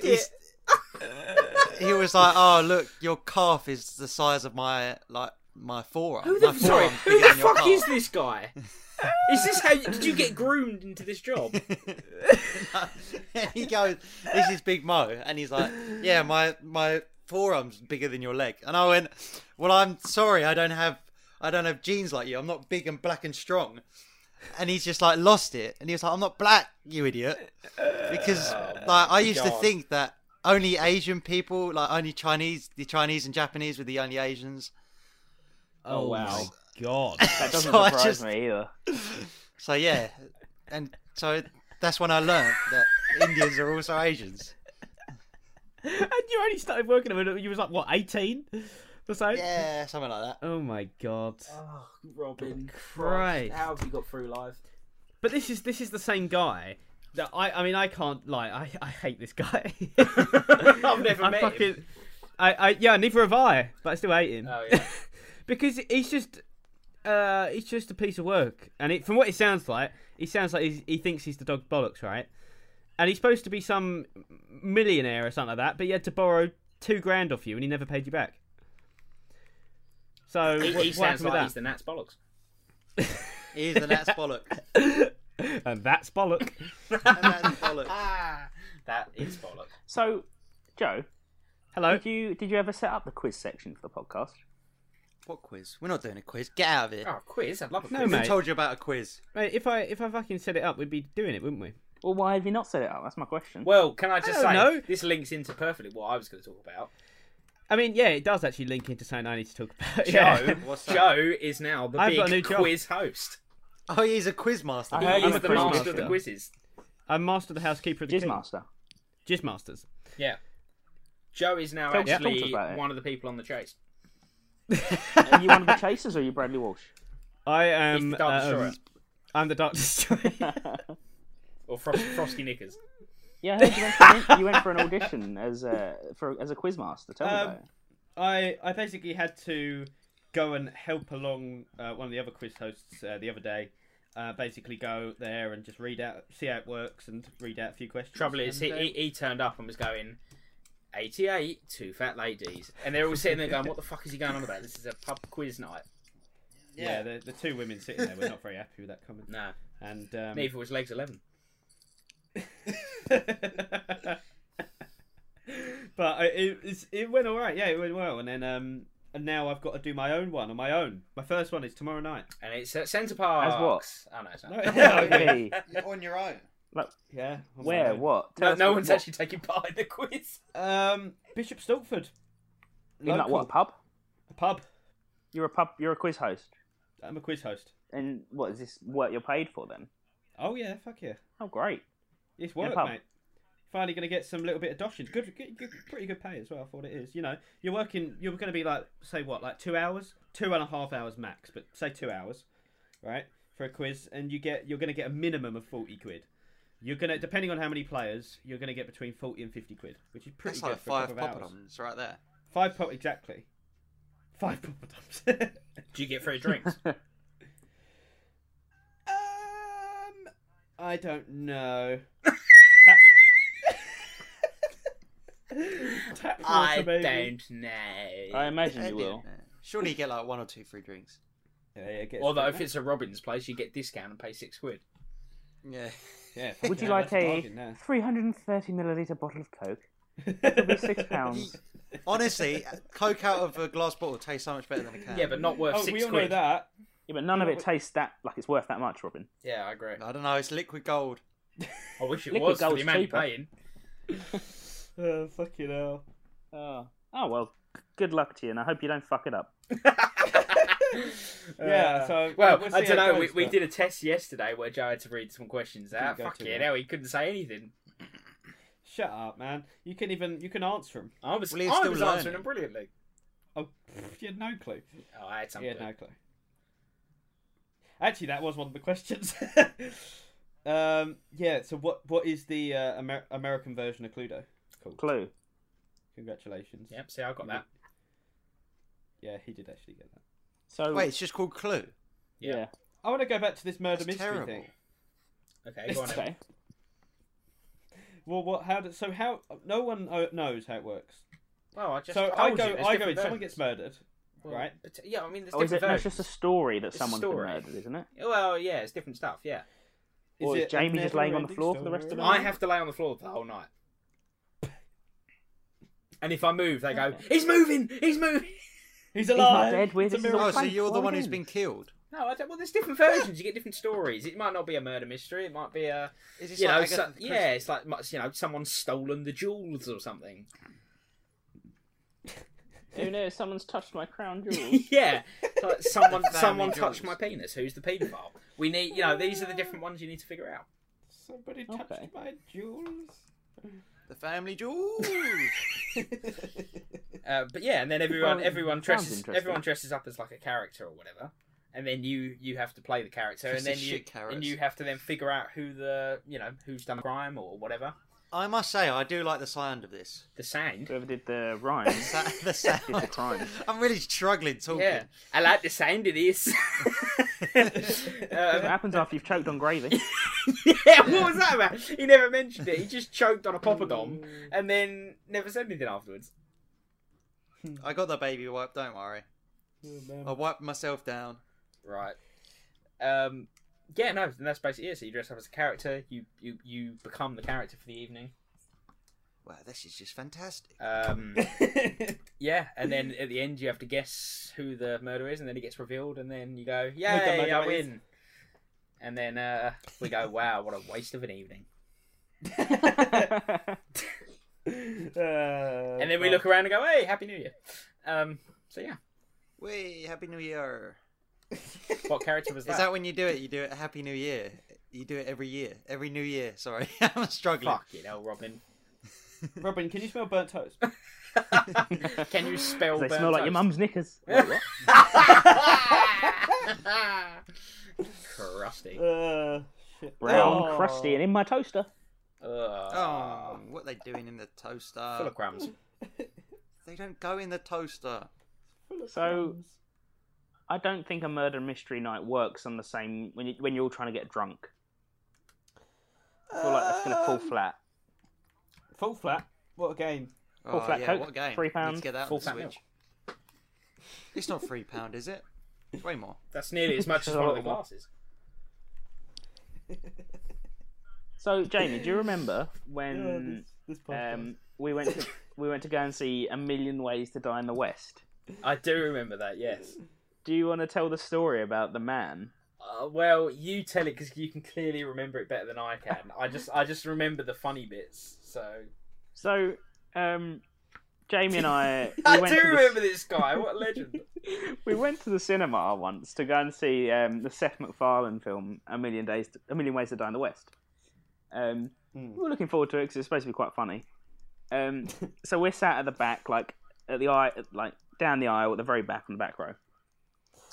[SPEAKER 2] he's- he was like, "Oh look, your calf is the size of my like my forearm.
[SPEAKER 4] Who the,
[SPEAKER 2] my
[SPEAKER 4] sorry,
[SPEAKER 2] forearm's
[SPEAKER 4] who
[SPEAKER 2] bigger
[SPEAKER 4] the
[SPEAKER 2] than your
[SPEAKER 4] fuck is
[SPEAKER 2] calf."
[SPEAKER 4] this guy? Is this how you, did you get groomed into this job?
[SPEAKER 2] And he goes, "This is Big Mo," and he's like, "Yeah, my my forearm's bigger than your leg." And I went, "Well, I'm sorry, I don't have I don't have genes like you. I'm not big and black and strong." And he's just like lost it, and he was like, "I'm not black, you idiot," because like I used to
[SPEAKER 4] God.
[SPEAKER 2] think that only Asian people, like only Chinese, the Chinese and Japanese were the only Asians.
[SPEAKER 1] oh
[SPEAKER 3] wow.
[SPEAKER 1] my god.
[SPEAKER 3] That doesn't
[SPEAKER 2] So I
[SPEAKER 3] surprise
[SPEAKER 2] just-
[SPEAKER 3] me either.
[SPEAKER 2] So yeah, and so that's when I learned that Indians are also Asians.
[SPEAKER 1] and you only started working when you was like what 18 or so.
[SPEAKER 2] Yeah, something like that.
[SPEAKER 1] Oh my god.
[SPEAKER 4] Oh, Robin
[SPEAKER 1] Christ.
[SPEAKER 4] How have you got through life?
[SPEAKER 1] But this is this is the same guy that I I mean I can't lie. I I hate this guy.
[SPEAKER 4] I've never
[SPEAKER 1] I
[SPEAKER 4] met him.
[SPEAKER 1] fucking I I yeah, neither have I, but I still hate him.
[SPEAKER 4] Oh, yeah.
[SPEAKER 1] because he's just uh he's just a piece of work. And it, from what it sounds like, he sounds like he's, he thinks he's the dog bollocks, right? And he's supposed to be some millionaire or something like that, but he had to borrow 2 grand off you and he never paid you back. So
[SPEAKER 4] He,
[SPEAKER 1] what,
[SPEAKER 4] he
[SPEAKER 1] what
[SPEAKER 4] sounds
[SPEAKER 1] happened with
[SPEAKER 4] like
[SPEAKER 1] that?
[SPEAKER 4] he's the Nats bollocks.
[SPEAKER 2] He is, and that's bollock.
[SPEAKER 1] And that's bollock.
[SPEAKER 2] And that's bollock.
[SPEAKER 4] Ah, that is bollock.
[SPEAKER 3] So, Joe,
[SPEAKER 1] Hello.
[SPEAKER 3] did you did you ever set up the quiz section for the podcast?
[SPEAKER 2] What quiz? We're not doing a quiz. Get out of here.
[SPEAKER 4] Oh, quiz! I'd love a quiz.
[SPEAKER 1] No,
[SPEAKER 2] Who
[SPEAKER 1] mate.
[SPEAKER 2] told you about a quiz?
[SPEAKER 1] Mate, if I if I fucking set it up, we'd be doing it, wouldn't we?
[SPEAKER 3] Well, why have you not set it up? That's my question.
[SPEAKER 4] Well, can I just
[SPEAKER 1] I
[SPEAKER 4] say
[SPEAKER 1] don't know.
[SPEAKER 4] this links into perfectly what I was going to talk about.
[SPEAKER 1] I mean, yeah, it does actually link into something I need to talk about.
[SPEAKER 4] Joe,
[SPEAKER 1] Yeah.
[SPEAKER 2] What's that?
[SPEAKER 4] Joe is now the
[SPEAKER 1] I've
[SPEAKER 4] big
[SPEAKER 1] got a new job.
[SPEAKER 4] quiz host.
[SPEAKER 2] Oh, he's a quiz master.
[SPEAKER 3] I heard I'm
[SPEAKER 4] He's the
[SPEAKER 3] a
[SPEAKER 4] master
[SPEAKER 3] quiz
[SPEAKER 4] of
[SPEAKER 1] master.
[SPEAKER 4] the quizzes.
[SPEAKER 1] I'm master of the housekeeper of the
[SPEAKER 3] Jizz
[SPEAKER 1] king.
[SPEAKER 3] Master.
[SPEAKER 1] Jizz masters.
[SPEAKER 4] Yeah. Joe is now
[SPEAKER 3] Tell- yeah, talk to us
[SPEAKER 4] actually
[SPEAKER 3] about it.
[SPEAKER 4] one of the people on the chase.
[SPEAKER 3] Are you one of the chasers or are you Bradley Walsh?
[SPEAKER 1] I
[SPEAKER 4] He's
[SPEAKER 1] am.
[SPEAKER 4] the Dark
[SPEAKER 1] um,
[SPEAKER 4] Destroyer.
[SPEAKER 1] I'm the dark destroyer.
[SPEAKER 4] Or Frost, Frosty Knickers.
[SPEAKER 3] Yeah, I heard you went for an, you went for an audition as a for as a quizmaster. Tell me
[SPEAKER 1] Um,
[SPEAKER 3] about it.
[SPEAKER 1] I I basically had to go and help along uh, one of the other quiz hosts uh, the other day. Uh, basically, go there and just read out, see how it works, and read out a few questions.
[SPEAKER 4] Trouble is, he,
[SPEAKER 1] And, uh,
[SPEAKER 4] he, he turned up and was going, 88, two fat ladies. And they're all sitting there going, what the fuck is he going on about? This is a pub quiz night.
[SPEAKER 1] yeah, the, the two women sitting there were not very happy with that comment.
[SPEAKER 4] No,
[SPEAKER 1] And um,
[SPEAKER 4] neither was Legs 11.
[SPEAKER 1] but I- it, it's, it went all right. Yeah, it went well. And then um, and now I've got to do my own one on my own. My first one is tomorrow night.
[SPEAKER 4] And it's at Centre Park.
[SPEAKER 3] As what?
[SPEAKER 4] Oh, no, it's not.
[SPEAKER 1] No,
[SPEAKER 4] No,
[SPEAKER 1] okay.
[SPEAKER 3] Hey,
[SPEAKER 2] You're on your own.
[SPEAKER 1] Yeah. on my
[SPEAKER 3] where?
[SPEAKER 1] own.
[SPEAKER 3] What? Tell
[SPEAKER 4] no,
[SPEAKER 3] us what-
[SPEAKER 4] one's
[SPEAKER 3] what-
[SPEAKER 4] actually taking part in the quiz.
[SPEAKER 1] Um, Bishop Stiltford.
[SPEAKER 3] In like what? A pub?
[SPEAKER 1] A pub.
[SPEAKER 3] You're a pub. You're a quiz host.
[SPEAKER 1] I'm a quiz host.
[SPEAKER 3] And what is this work you're paid for then?
[SPEAKER 1] Oh yeah, fuck yeah.
[SPEAKER 3] Oh, great.
[SPEAKER 1] It's
[SPEAKER 3] In a
[SPEAKER 1] work,
[SPEAKER 3] pub.
[SPEAKER 1] mate. Finally going to get some little bit of doshing. Good, good, good, pretty good pay as well. for what it is. You know, you're working. You're going to be like, say what, like two hours, two and a half hours max, but say two hours, right, for a quiz, and you get you're going to get a minimum of forty quid. You're gonna, depending on how many players, you're gonna get between forty and fifty quid, which is pretty
[SPEAKER 2] That's
[SPEAKER 1] good
[SPEAKER 2] like
[SPEAKER 1] for a
[SPEAKER 2] five
[SPEAKER 1] couple of hours.
[SPEAKER 2] poppadoms right there.
[SPEAKER 1] Five pop, exactly. Five poppadoms.
[SPEAKER 4] Do you get free drinks?
[SPEAKER 1] Um, I don't know. Tap water,
[SPEAKER 4] I
[SPEAKER 1] maybe.
[SPEAKER 4] don't know.
[SPEAKER 3] I imagine you will.
[SPEAKER 2] Surely you get like one or two free drinks.
[SPEAKER 1] Yeah, yeah, it gets
[SPEAKER 4] Although
[SPEAKER 1] free,
[SPEAKER 4] if
[SPEAKER 1] mate.
[SPEAKER 4] it's a Robin's place, you get discount and pay six quid.
[SPEAKER 2] Yeah.
[SPEAKER 1] yeah,
[SPEAKER 3] Would you
[SPEAKER 1] yeah,
[SPEAKER 3] like
[SPEAKER 1] that's
[SPEAKER 3] a
[SPEAKER 1] bargain there.
[SPEAKER 3] 330 milliliter bottle of Coke? It'll be six pounds.
[SPEAKER 2] Honestly, Coke out of a glass bottle tastes so much better than a can.
[SPEAKER 4] Yeah, but not worth
[SPEAKER 1] Oh,
[SPEAKER 4] six
[SPEAKER 1] we all know
[SPEAKER 4] quid.
[SPEAKER 1] that.
[SPEAKER 3] Yeah, but none of it tastes that like it's worth that much, Robin.
[SPEAKER 4] Yeah, I agree.
[SPEAKER 2] I don't know. It's liquid gold.
[SPEAKER 4] I wish it
[SPEAKER 3] Liquid
[SPEAKER 4] was for
[SPEAKER 3] gold's
[SPEAKER 4] the amount you're
[SPEAKER 3] cheaper.
[SPEAKER 4] paying.
[SPEAKER 1] Oh, fucking hell. Ah.
[SPEAKER 3] Oh. Oh well. g- Good luck to you, and I hope you don't fuck it up.
[SPEAKER 1] Yeah, so,
[SPEAKER 4] Uh, well,
[SPEAKER 1] we'll
[SPEAKER 4] I
[SPEAKER 1] see
[SPEAKER 4] don't
[SPEAKER 1] how it
[SPEAKER 4] know.
[SPEAKER 1] goes,
[SPEAKER 4] we, we
[SPEAKER 1] but-
[SPEAKER 4] did a test yesterday where Joe had to read some questions out.
[SPEAKER 1] go
[SPEAKER 4] Fuck
[SPEAKER 1] too
[SPEAKER 4] yeah,
[SPEAKER 1] well.
[SPEAKER 4] no, he couldn't say anything.
[SPEAKER 1] Shut up, man. You can even you can answer them.
[SPEAKER 4] I was,
[SPEAKER 2] Well, he's
[SPEAKER 4] I
[SPEAKER 2] still
[SPEAKER 4] was
[SPEAKER 2] learning.
[SPEAKER 4] answering them brilliantly.
[SPEAKER 1] Oh, pff, you had no clue.
[SPEAKER 4] Oh, I had
[SPEAKER 1] You
[SPEAKER 4] something.
[SPEAKER 1] had no clue. Actually, that was one of the questions. um, yeah. So what what is the uh, Amer- American version of Cluedo? Cool.
[SPEAKER 3] Clue.
[SPEAKER 1] Congratulations.
[SPEAKER 4] Yep, see, I got that.
[SPEAKER 1] Yeah, he did actually get that. Oh.
[SPEAKER 3] So
[SPEAKER 2] Wait, it's just called Clue.
[SPEAKER 3] yeah.
[SPEAKER 4] Yeah.
[SPEAKER 1] I want to go back to this murder
[SPEAKER 2] That's
[SPEAKER 1] mystery
[SPEAKER 2] terrible.
[SPEAKER 1] thing.
[SPEAKER 4] Okay, go on. then.
[SPEAKER 3] Okay.
[SPEAKER 1] Well, what? How? Do, so how? No one uh, knows how it works.
[SPEAKER 4] Well, I just
[SPEAKER 1] so I
[SPEAKER 4] told
[SPEAKER 1] go.
[SPEAKER 4] you, there's
[SPEAKER 1] I go.
[SPEAKER 4] different
[SPEAKER 1] in, Someone
[SPEAKER 4] versions.
[SPEAKER 1] gets murdered.
[SPEAKER 4] Well,
[SPEAKER 1] right.
[SPEAKER 4] but- yeah, I mean, there's
[SPEAKER 3] Oh, is it?
[SPEAKER 4] different
[SPEAKER 3] No, it's
[SPEAKER 4] versions.
[SPEAKER 3] just a story that
[SPEAKER 4] a
[SPEAKER 3] someone's
[SPEAKER 4] story.
[SPEAKER 3] been murdered, isn't it?
[SPEAKER 4] Well, yeah, it's different stuff. Yeah,
[SPEAKER 3] Or is
[SPEAKER 1] it a
[SPEAKER 3] Jamie just laying on the
[SPEAKER 1] never-ending
[SPEAKER 3] floor for the rest of the
[SPEAKER 1] story?
[SPEAKER 3] night?
[SPEAKER 4] I have to lay on the floor the whole night. And if I move, they go, "He's moving! He's moving!"
[SPEAKER 1] He's
[SPEAKER 3] not
[SPEAKER 1] alive.
[SPEAKER 3] dead, Wiz,
[SPEAKER 1] It's a
[SPEAKER 3] this is
[SPEAKER 1] miracle.
[SPEAKER 2] Oh,
[SPEAKER 3] Well,
[SPEAKER 2] so
[SPEAKER 3] thank-
[SPEAKER 2] you're the
[SPEAKER 3] well
[SPEAKER 2] one who's
[SPEAKER 3] done.
[SPEAKER 2] been killed.
[SPEAKER 4] No, I don't. Well, there's different versions. You get different stories. It might not be a murder mystery. It might be a,
[SPEAKER 2] Is this
[SPEAKER 4] you
[SPEAKER 2] like
[SPEAKER 4] know,
[SPEAKER 2] Agatha
[SPEAKER 4] so,
[SPEAKER 2] Christie?
[SPEAKER 4] yeah, it's like much, you know, someone's stolen the jewels or something.
[SPEAKER 3] Who knows? Someone's touched my crown jewels.
[SPEAKER 4] yeah, It's like someone,
[SPEAKER 2] Family
[SPEAKER 4] someone
[SPEAKER 2] jewels.
[SPEAKER 4] touched my penis. Who's the paedophile? We need, you know, these are the different ones you need to figure out.
[SPEAKER 1] Somebody touched
[SPEAKER 3] Okay.
[SPEAKER 1] my jewels.
[SPEAKER 2] The family jewels.
[SPEAKER 4] Uh, but yeah, and then everyone,
[SPEAKER 3] Well,
[SPEAKER 4] everyone
[SPEAKER 3] sounds
[SPEAKER 4] dresses,
[SPEAKER 3] interesting.
[SPEAKER 4] everyone dresses up as like a character or whatever, and then you, you have to play the character, and
[SPEAKER 2] Piece
[SPEAKER 4] then
[SPEAKER 2] of
[SPEAKER 4] you,
[SPEAKER 2] shit characters.
[SPEAKER 4] and you have to then figure out who the, you know, who's done the crime or whatever.
[SPEAKER 2] I must say, I do like the sound of this.
[SPEAKER 4] The sound.
[SPEAKER 3] Whoever did the rhyme.
[SPEAKER 2] Sa- the sound.
[SPEAKER 3] Did the crime.
[SPEAKER 2] I'm really struggling talking.
[SPEAKER 4] Yeah, I like the sound of this.
[SPEAKER 3] What
[SPEAKER 4] Um,
[SPEAKER 3] happens after you've choked on gravy?
[SPEAKER 4] yeah, what was that about? He never mentioned it. He just choked on a poppadom and then never said anything afterwards.
[SPEAKER 2] I got the baby wipe. Don't worry.
[SPEAKER 4] Oh,
[SPEAKER 2] I wiped myself down.
[SPEAKER 4] Right. Um. Yeah, no, and that's basically it. So you dress up as a character. You you you become the character for the evening.
[SPEAKER 2] Wow, this is just fantastic.
[SPEAKER 4] Um, yeah, and then at the end you have to guess who the murderer is, and then it gets revealed, and then you go, "Yay, I
[SPEAKER 3] murderer is."
[SPEAKER 4] win!" And then uh, we go, "Wow, what a waste of an evening!"
[SPEAKER 1] Oh, Uh,
[SPEAKER 4] And then we look around and go, "Hey, happy New Year!" Um, so yeah,
[SPEAKER 2] Wee, Happy New Year.
[SPEAKER 4] what character was
[SPEAKER 2] Is that when you do it? You do it Happy New Year. You do it every year. Every New Year. Sorry, I'm struggling.
[SPEAKER 4] Fuck you know, Robin.
[SPEAKER 1] Robin, can you smell burnt toast?
[SPEAKER 4] Can you spell?
[SPEAKER 3] they
[SPEAKER 4] burnt
[SPEAKER 3] smell like your
[SPEAKER 4] toast?
[SPEAKER 3] mum's knickers. Wait, what?
[SPEAKER 4] Crusty.
[SPEAKER 1] Uh, shit.
[SPEAKER 3] Brown,
[SPEAKER 1] Oh.
[SPEAKER 3] crusty, and in my toaster.
[SPEAKER 2] Oh,
[SPEAKER 4] Oh,
[SPEAKER 2] what are they doing in the toaster?
[SPEAKER 4] full of crumbs.
[SPEAKER 2] They don't go in the toaster.
[SPEAKER 3] So- I don't think a murder mystery night works on the same when you, when you're all trying to get drunk. I feel like that's going to fall flat.
[SPEAKER 1] full flat. What a game!
[SPEAKER 2] Oh,
[SPEAKER 3] flat
[SPEAKER 2] yeah,
[SPEAKER 3] Coke,
[SPEAKER 2] what game?
[SPEAKER 3] three
[SPEAKER 2] Need to
[SPEAKER 3] pound,
[SPEAKER 2] get that on
[SPEAKER 4] full
[SPEAKER 2] the
[SPEAKER 4] fat
[SPEAKER 2] Switch. It's not three pound, is it? It's way more.
[SPEAKER 4] That's nearly as much as one of the glasses.
[SPEAKER 3] So, Jamie, do you remember when
[SPEAKER 1] this,
[SPEAKER 3] um, we went to we went to go and see A Million Ways to Die in the West?
[SPEAKER 4] I do remember that. Yes.
[SPEAKER 3] Do you want to tell the story about the man?
[SPEAKER 4] Uh, well, you tell it because you can clearly remember it better than I can. I just, I just remember the funny bits. So
[SPEAKER 3] So, um, Jamie and I, we
[SPEAKER 4] I
[SPEAKER 3] went
[SPEAKER 4] do
[SPEAKER 3] to the-
[SPEAKER 4] remember this guy. What a legend!
[SPEAKER 3] we went to the cinema once to go and see um, the Seth MacFarlane film A Million Days, A Million Ways to Die in the West. Um,
[SPEAKER 1] Hmm.
[SPEAKER 3] We are looking forward to it because it's supposed to be quite funny. Um, so we're sat at the back, like at the eye, like down the aisle at the very back on the back row,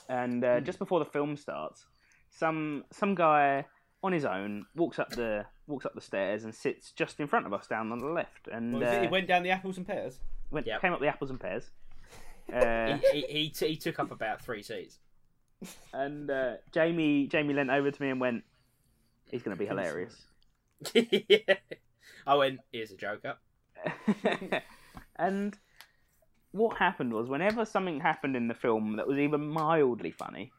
[SPEAKER 3] and
[SPEAKER 4] Hmm.
[SPEAKER 3] uh, just before the film starts, some some guy on his own walks up the walks up the stairs and sits just in front of us down on the left, and
[SPEAKER 1] What was it?
[SPEAKER 3] uh,
[SPEAKER 1] It went down the apples and pears.
[SPEAKER 3] went,
[SPEAKER 4] Yep.
[SPEAKER 3] came up the apples and pears. Uh,
[SPEAKER 4] He, he, he, he took up about three seats.
[SPEAKER 3] and uh, Jamie Jamie leant over to me and went, "He's going to be hilarious."
[SPEAKER 4] I went, "Here's a joker."
[SPEAKER 3] and what happened was, whenever something happened in the film that was even mildly funny,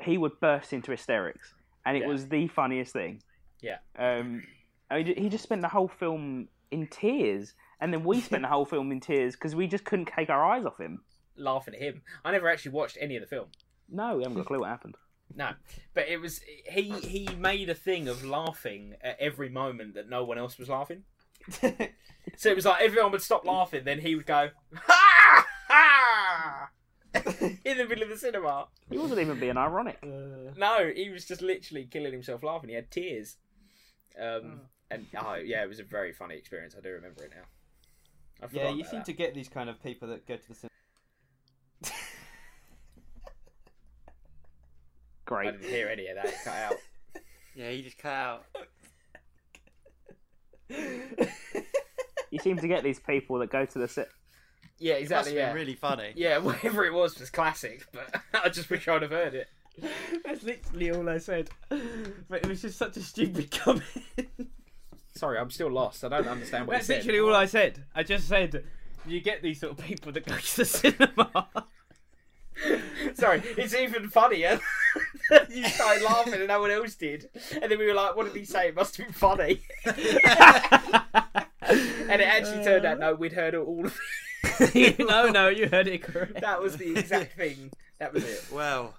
[SPEAKER 3] he would burst into hysterics, and it
[SPEAKER 4] Yeah.
[SPEAKER 3] was the funniest thing.
[SPEAKER 4] Yeah.
[SPEAKER 3] Um, I mean, he just spent the whole film in tears, and then we spent the whole film in tears because we just couldn't take our eyes off him.
[SPEAKER 4] Laughing at him. I never actually watched any of the film.
[SPEAKER 3] No, we haven't got a clue what happened.
[SPEAKER 4] No, but it was he. He made a thing of laughing at every moment that no one else was laughing.
[SPEAKER 1] Uh,
[SPEAKER 4] So it was like everyone would stop laughing, then he would go ha ha in the middle of the cinema.
[SPEAKER 3] He wasn't even being ironic.
[SPEAKER 1] Uh,
[SPEAKER 4] No, he was just literally killing himself laughing. He had tears. Um, and oh yeah, it was a very funny experience. I do remember it now. I forgot
[SPEAKER 1] yeah, you
[SPEAKER 4] about
[SPEAKER 1] seem
[SPEAKER 4] that.
[SPEAKER 1] to get these kind of people that go to the cinema.
[SPEAKER 4] I
[SPEAKER 3] Great.
[SPEAKER 4] didn't hear any of that. It cut out.
[SPEAKER 2] Yeah, you just cut out.
[SPEAKER 3] You seem to get these people that go to the set.
[SPEAKER 4] Yeah,
[SPEAKER 2] It must
[SPEAKER 4] exactly.
[SPEAKER 2] have
[SPEAKER 4] Yeah.
[SPEAKER 2] been really funny.
[SPEAKER 4] yeah, whatever it was was classic, but I just wish I'd have heard it.
[SPEAKER 1] That's literally all I said. But it was just such a stupid comment.
[SPEAKER 4] Sorry, I'm still lost. I don't understand what
[SPEAKER 1] That's
[SPEAKER 4] you said.
[SPEAKER 1] literally all I said. I just said you get these sort of people that go to the cinema.
[SPEAKER 4] Sorry, it's even funnier. you started laughing and no one else did, and then we were like, "What did he say? It must have been funny." and it actually turned out
[SPEAKER 3] Uh.
[SPEAKER 4] no, we'd heard it all.
[SPEAKER 1] no, no, you heard it correct.
[SPEAKER 4] that was the exact thing. That was it.
[SPEAKER 2] Well,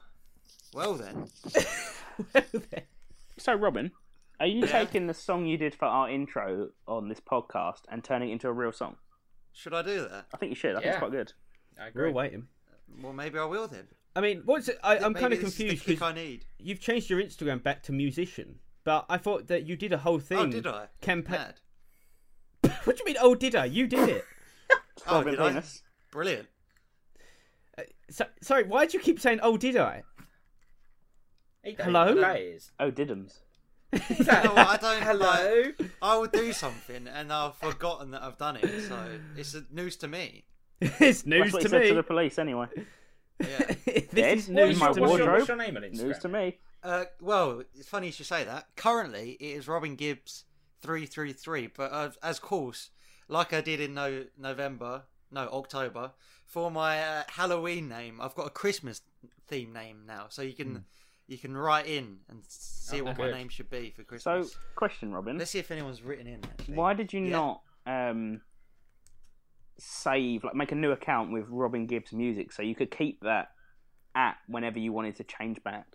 [SPEAKER 2] well then.
[SPEAKER 3] So, Robin, are you taking the song you did for our intro on this podcast and turning it into a real song?
[SPEAKER 2] Should I do that?
[SPEAKER 3] I think you should. I think
[SPEAKER 4] Yeah.
[SPEAKER 3] it's quite good.
[SPEAKER 4] I
[SPEAKER 1] We're all waiting.
[SPEAKER 2] Well, maybe I will then.
[SPEAKER 1] I mean, what's it? I, I'm
[SPEAKER 2] Maybe
[SPEAKER 1] kind of
[SPEAKER 2] this is
[SPEAKER 1] confused
[SPEAKER 2] The kick
[SPEAKER 1] because
[SPEAKER 2] I need.
[SPEAKER 1] you've changed your Instagram back to musician, but I thought that you did a whole thing.
[SPEAKER 2] Oh, did I?
[SPEAKER 1] Campaign.
[SPEAKER 2] Mad.
[SPEAKER 1] what do you mean? Oh, did I? You did it.
[SPEAKER 2] Oh,
[SPEAKER 3] Robin
[SPEAKER 2] did I?
[SPEAKER 3] Venus.
[SPEAKER 2] Brilliant.
[SPEAKER 1] So, sorry, why do you keep saying, "Oh, did I"? Hello?
[SPEAKER 4] Days.
[SPEAKER 3] Oh, Diddums.
[SPEAKER 2] You know what, I don't. like,
[SPEAKER 4] Hello.
[SPEAKER 2] I will do something, and I've forgotten that I've done it. So it's news to me.
[SPEAKER 1] it's news
[SPEAKER 3] That's what
[SPEAKER 1] to
[SPEAKER 3] he said
[SPEAKER 1] me.
[SPEAKER 3] to the police, anyway.
[SPEAKER 2] Yeah.
[SPEAKER 1] this
[SPEAKER 3] Dead?
[SPEAKER 1] is
[SPEAKER 3] What
[SPEAKER 1] news
[SPEAKER 3] is my
[SPEAKER 1] to me.
[SPEAKER 4] what's, your,
[SPEAKER 3] wardrobe.
[SPEAKER 4] what's your name on Instagram?
[SPEAKER 3] News to me.
[SPEAKER 2] Uh, well, it's funny you should say that. Currently, it is Robin Gibbs three three three. But uh, as course, like I did in no- November, no October, for my uh, Halloween name, I've got a Christmas theme name now. So you can you can write in and see what my
[SPEAKER 4] good.
[SPEAKER 2] name should be for
[SPEAKER 3] So,
[SPEAKER 2] Christmas.
[SPEAKER 3] question, Robin.
[SPEAKER 2] Let's see if anyone's written in. Actually.
[SPEAKER 3] Why did you
[SPEAKER 2] Yeah.
[SPEAKER 3] not um, save, like make a new account with Robin Gibbs music, so you could keep that app whenever you wanted to change back.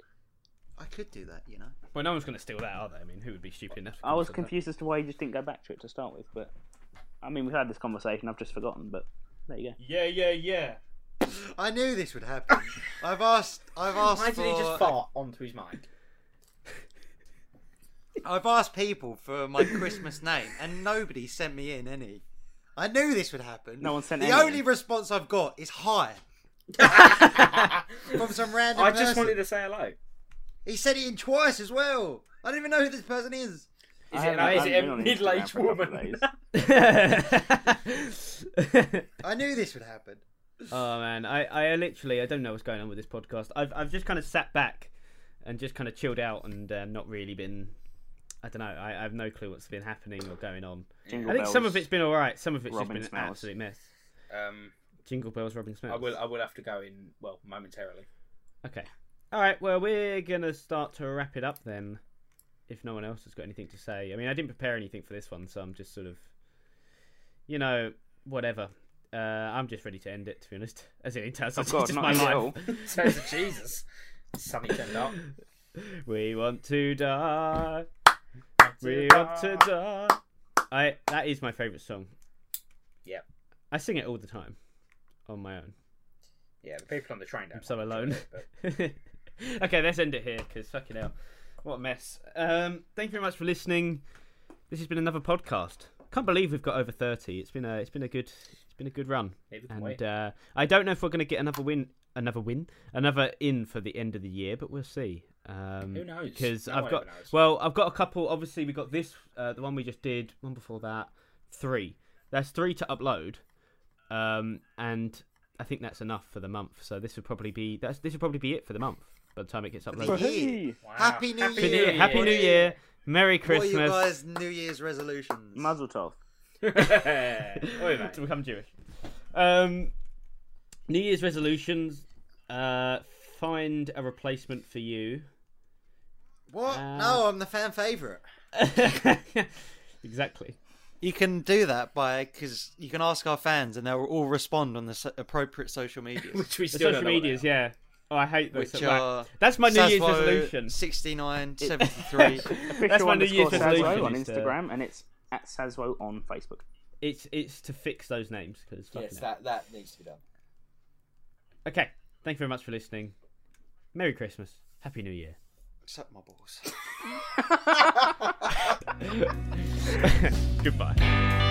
[SPEAKER 2] I could do that, you know.
[SPEAKER 1] Well, no one's going to steal that, are they? I mean, who would be stupid enough? to
[SPEAKER 3] I was
[SPEAKER 1] consider that?
[SPEAKER 3] confused as to why you just didn't go back to it to start with, but I mean, we've had this conversation. I've just forgotten, but there you go.
[SPEAKER 4] Yeah, yeah, yeah.
[SPEAKER 2] I knew this would happen. I've asked. I've asked.
[SPEAKER 4] Why did he
[SPEAKER 2] for-
[SPEAKER 4] just fart onto his mic?
[SPEAKER 2] I've asked people for my Christmas name, and nobody sent me in any. I knew this would happen.
[SPEAKER 3] No one sent
[SPEAKER 2] The
[SPEAKER 3] any.
[SPEAKER 2] only response I've got is hi
[SPEAKER 4] I
[SPEAKER 2] from some random
[SPEAKER 4] just
[SPEAKER 2] person.
[SPEAKER 4] wanted to say hello.
[SPEAKER 2] He said it in twice as well. I don't even know who this person is.
[SPEAKER 4] Is
[SPEAKER 3] I
[SPEAKER 4] it,
[SPEAKER 3] haven't- I
[SPEAKER 4] is
[SPEAKER 3] haven't
[SPEAKER 4] it
[SPEAKER 3] been
[SPEAKER 4] a
[SPEAKER 3] on Instagram
[SPEAKER 4] middle-aged
[SPEAKER 3] for a couple of
[SPEAKER 4] woman?
[SPEAKER 3] days.
[SPEAKER 2] I knew this would happen.
[SPEAKER 1] oh man, I, I literally I don't know what's going on with this podcast. I've I've just kind of sat back and just kind of chilled out and um, not really been. I don't know. I, I have no clue what's been happening or going on.
[SPEAKER 3] Jingle
[SPEAKER 1] I think some
[SPEAKER 3] bells.
[SPEAKER 1] of it's been all right. Some of it's just
[SPEAKER 3] Robin
[SPEAKER 1] been an
[SPEAKER 3] smells.
[SPEAKER 1] absolute mess.
[SPEAKER 4] Um,
[SPEAKER 1] Jingle bells, Robin Smith.
[SPEAKER 4] I will. uh, I will have to go in. Well, momentarily.
[SPEAKER 1] Okay. All right. Well, we're gonna start to wrap it up then. If no one else has got anything to say, I mean, I didn't prepare anything for this one, so I'm just sort of, you know, whatever. Uh, I'm just ready to end it, to be honest. As in, in terms of
[SPEAKER 3] Oh, God,
[SPEAKER 1] just
[SPEAKER 3] not
[SPEAKER 1] my
[SPEAKER 3] me at
[SPEAKER 1] life.
[SPEAKER 3] all.
[SPEAKER 4] So it's a Jesus. Sunny turned up.
[SPEAKER 1] We want to die. We want to die. I that is my favorite song.
[SPEAKER 4] Yep.
[SPEAKER 1] I sing it all the time, on my own.
[SPEAKER 4] Yeah, the people on the train don't.
[SPEAKER 1] I'm so
[SPEAKER 4] like
[SPEAKER 1] alone.
[SPEAKER 4] it, but-
[SPEAKER 1] okay, let's end it here because fucking hell, what a mess. Um, thank you very much for listening. This has been another podcast. Can't believe we've got over thirty. It's been a it's been a good it's been a good run.
[SPEAKER 4] Neither can we.
[SPEAKER 1] And uh, I don't know if we're going to get another win, another win, another in for the end of the year, but we'll see. Um,
[SPEAKER 4] Who knows?
[SPEAKER 1] Because
[SPEAKER 4] No
[SPEAKER 1] I've
[SPEAKER 4] one
[SPEAKER 1] got
[SPEAKER 4] ever knows.
[SPEAKER 1] well, I've got a couple. Obviously, we got this, uh, the one we just did, one before that, three. There's three to upload, um, and I think that's enough for the month. So this would probably be that's this would probably be it for the month by the time it gets uploaded.
[SPEAKER 2] Hey.
[SPEAKER 4] Wow.
[SPEAKER 2] Happy New
[SPEAKER 1] Happy New
[SPEAKER 2] Year.
[SPEAKER 1] Year! Happy New Year! Merry Christmas!
[SPEAKER 2] What are you guys' New Year's resolutions?
[SPEAKER 3] Mazel tov.
[SPEAKER 4] Oi, mate.
[SPEAKER 1] to become Jewish. Um, New Year's resolutions. Uh, find a replacement for you.
[SPEAKER 2] What?
[SPEAKER 1] Uh,
[SPEAKER 2] no, I'm the fan favorite.
[SPEAKER 1] exactly.
[SPEAKER 2] You can do that by because you can ask our fans, and they'll all respond on the so- appropriate social media.
[SPEAKER 4] Which we
[SPEAKER 1] The
[SPEAKER 4] still
[SPEAKER 1] social
[SPEAKER 4] don't know what they
[SPEAKER 1] medias, yeah. Oh, I hate those.
[SPEAKER 2] Which
[SPEAKER 1] so- right.
[SPEAKER 2] are
[SPEAKER 1] That's my New Year's
[SPEAKER 2] Sasvo
[SPEAKER 1] resolution.
[SPEAKER 2] 69, 73.
[SPEAKER 1] That's
[SPEAKER 3] Official
[SPEAKER 1] my New Year's
[SPEAKER 3] underscore Sazwo
[SPEAKER 1] resolution
[SPEAKER 3] on
[SPEAKER 1] is to-
[SPEAKER 3] Instagram, and it's at Sazwo on Facebook.
[SPEAKER 1] It's it's to fix those names because
[SPEAKER 4] are. Yes, that that needs to be done.
[SPEAKER 1] Okay. Thank you very much for listening. Merry Christmas. Happy New Year.
[SPEAKER 2] Suck my balls.
[SPEAKER 1] Goodbye.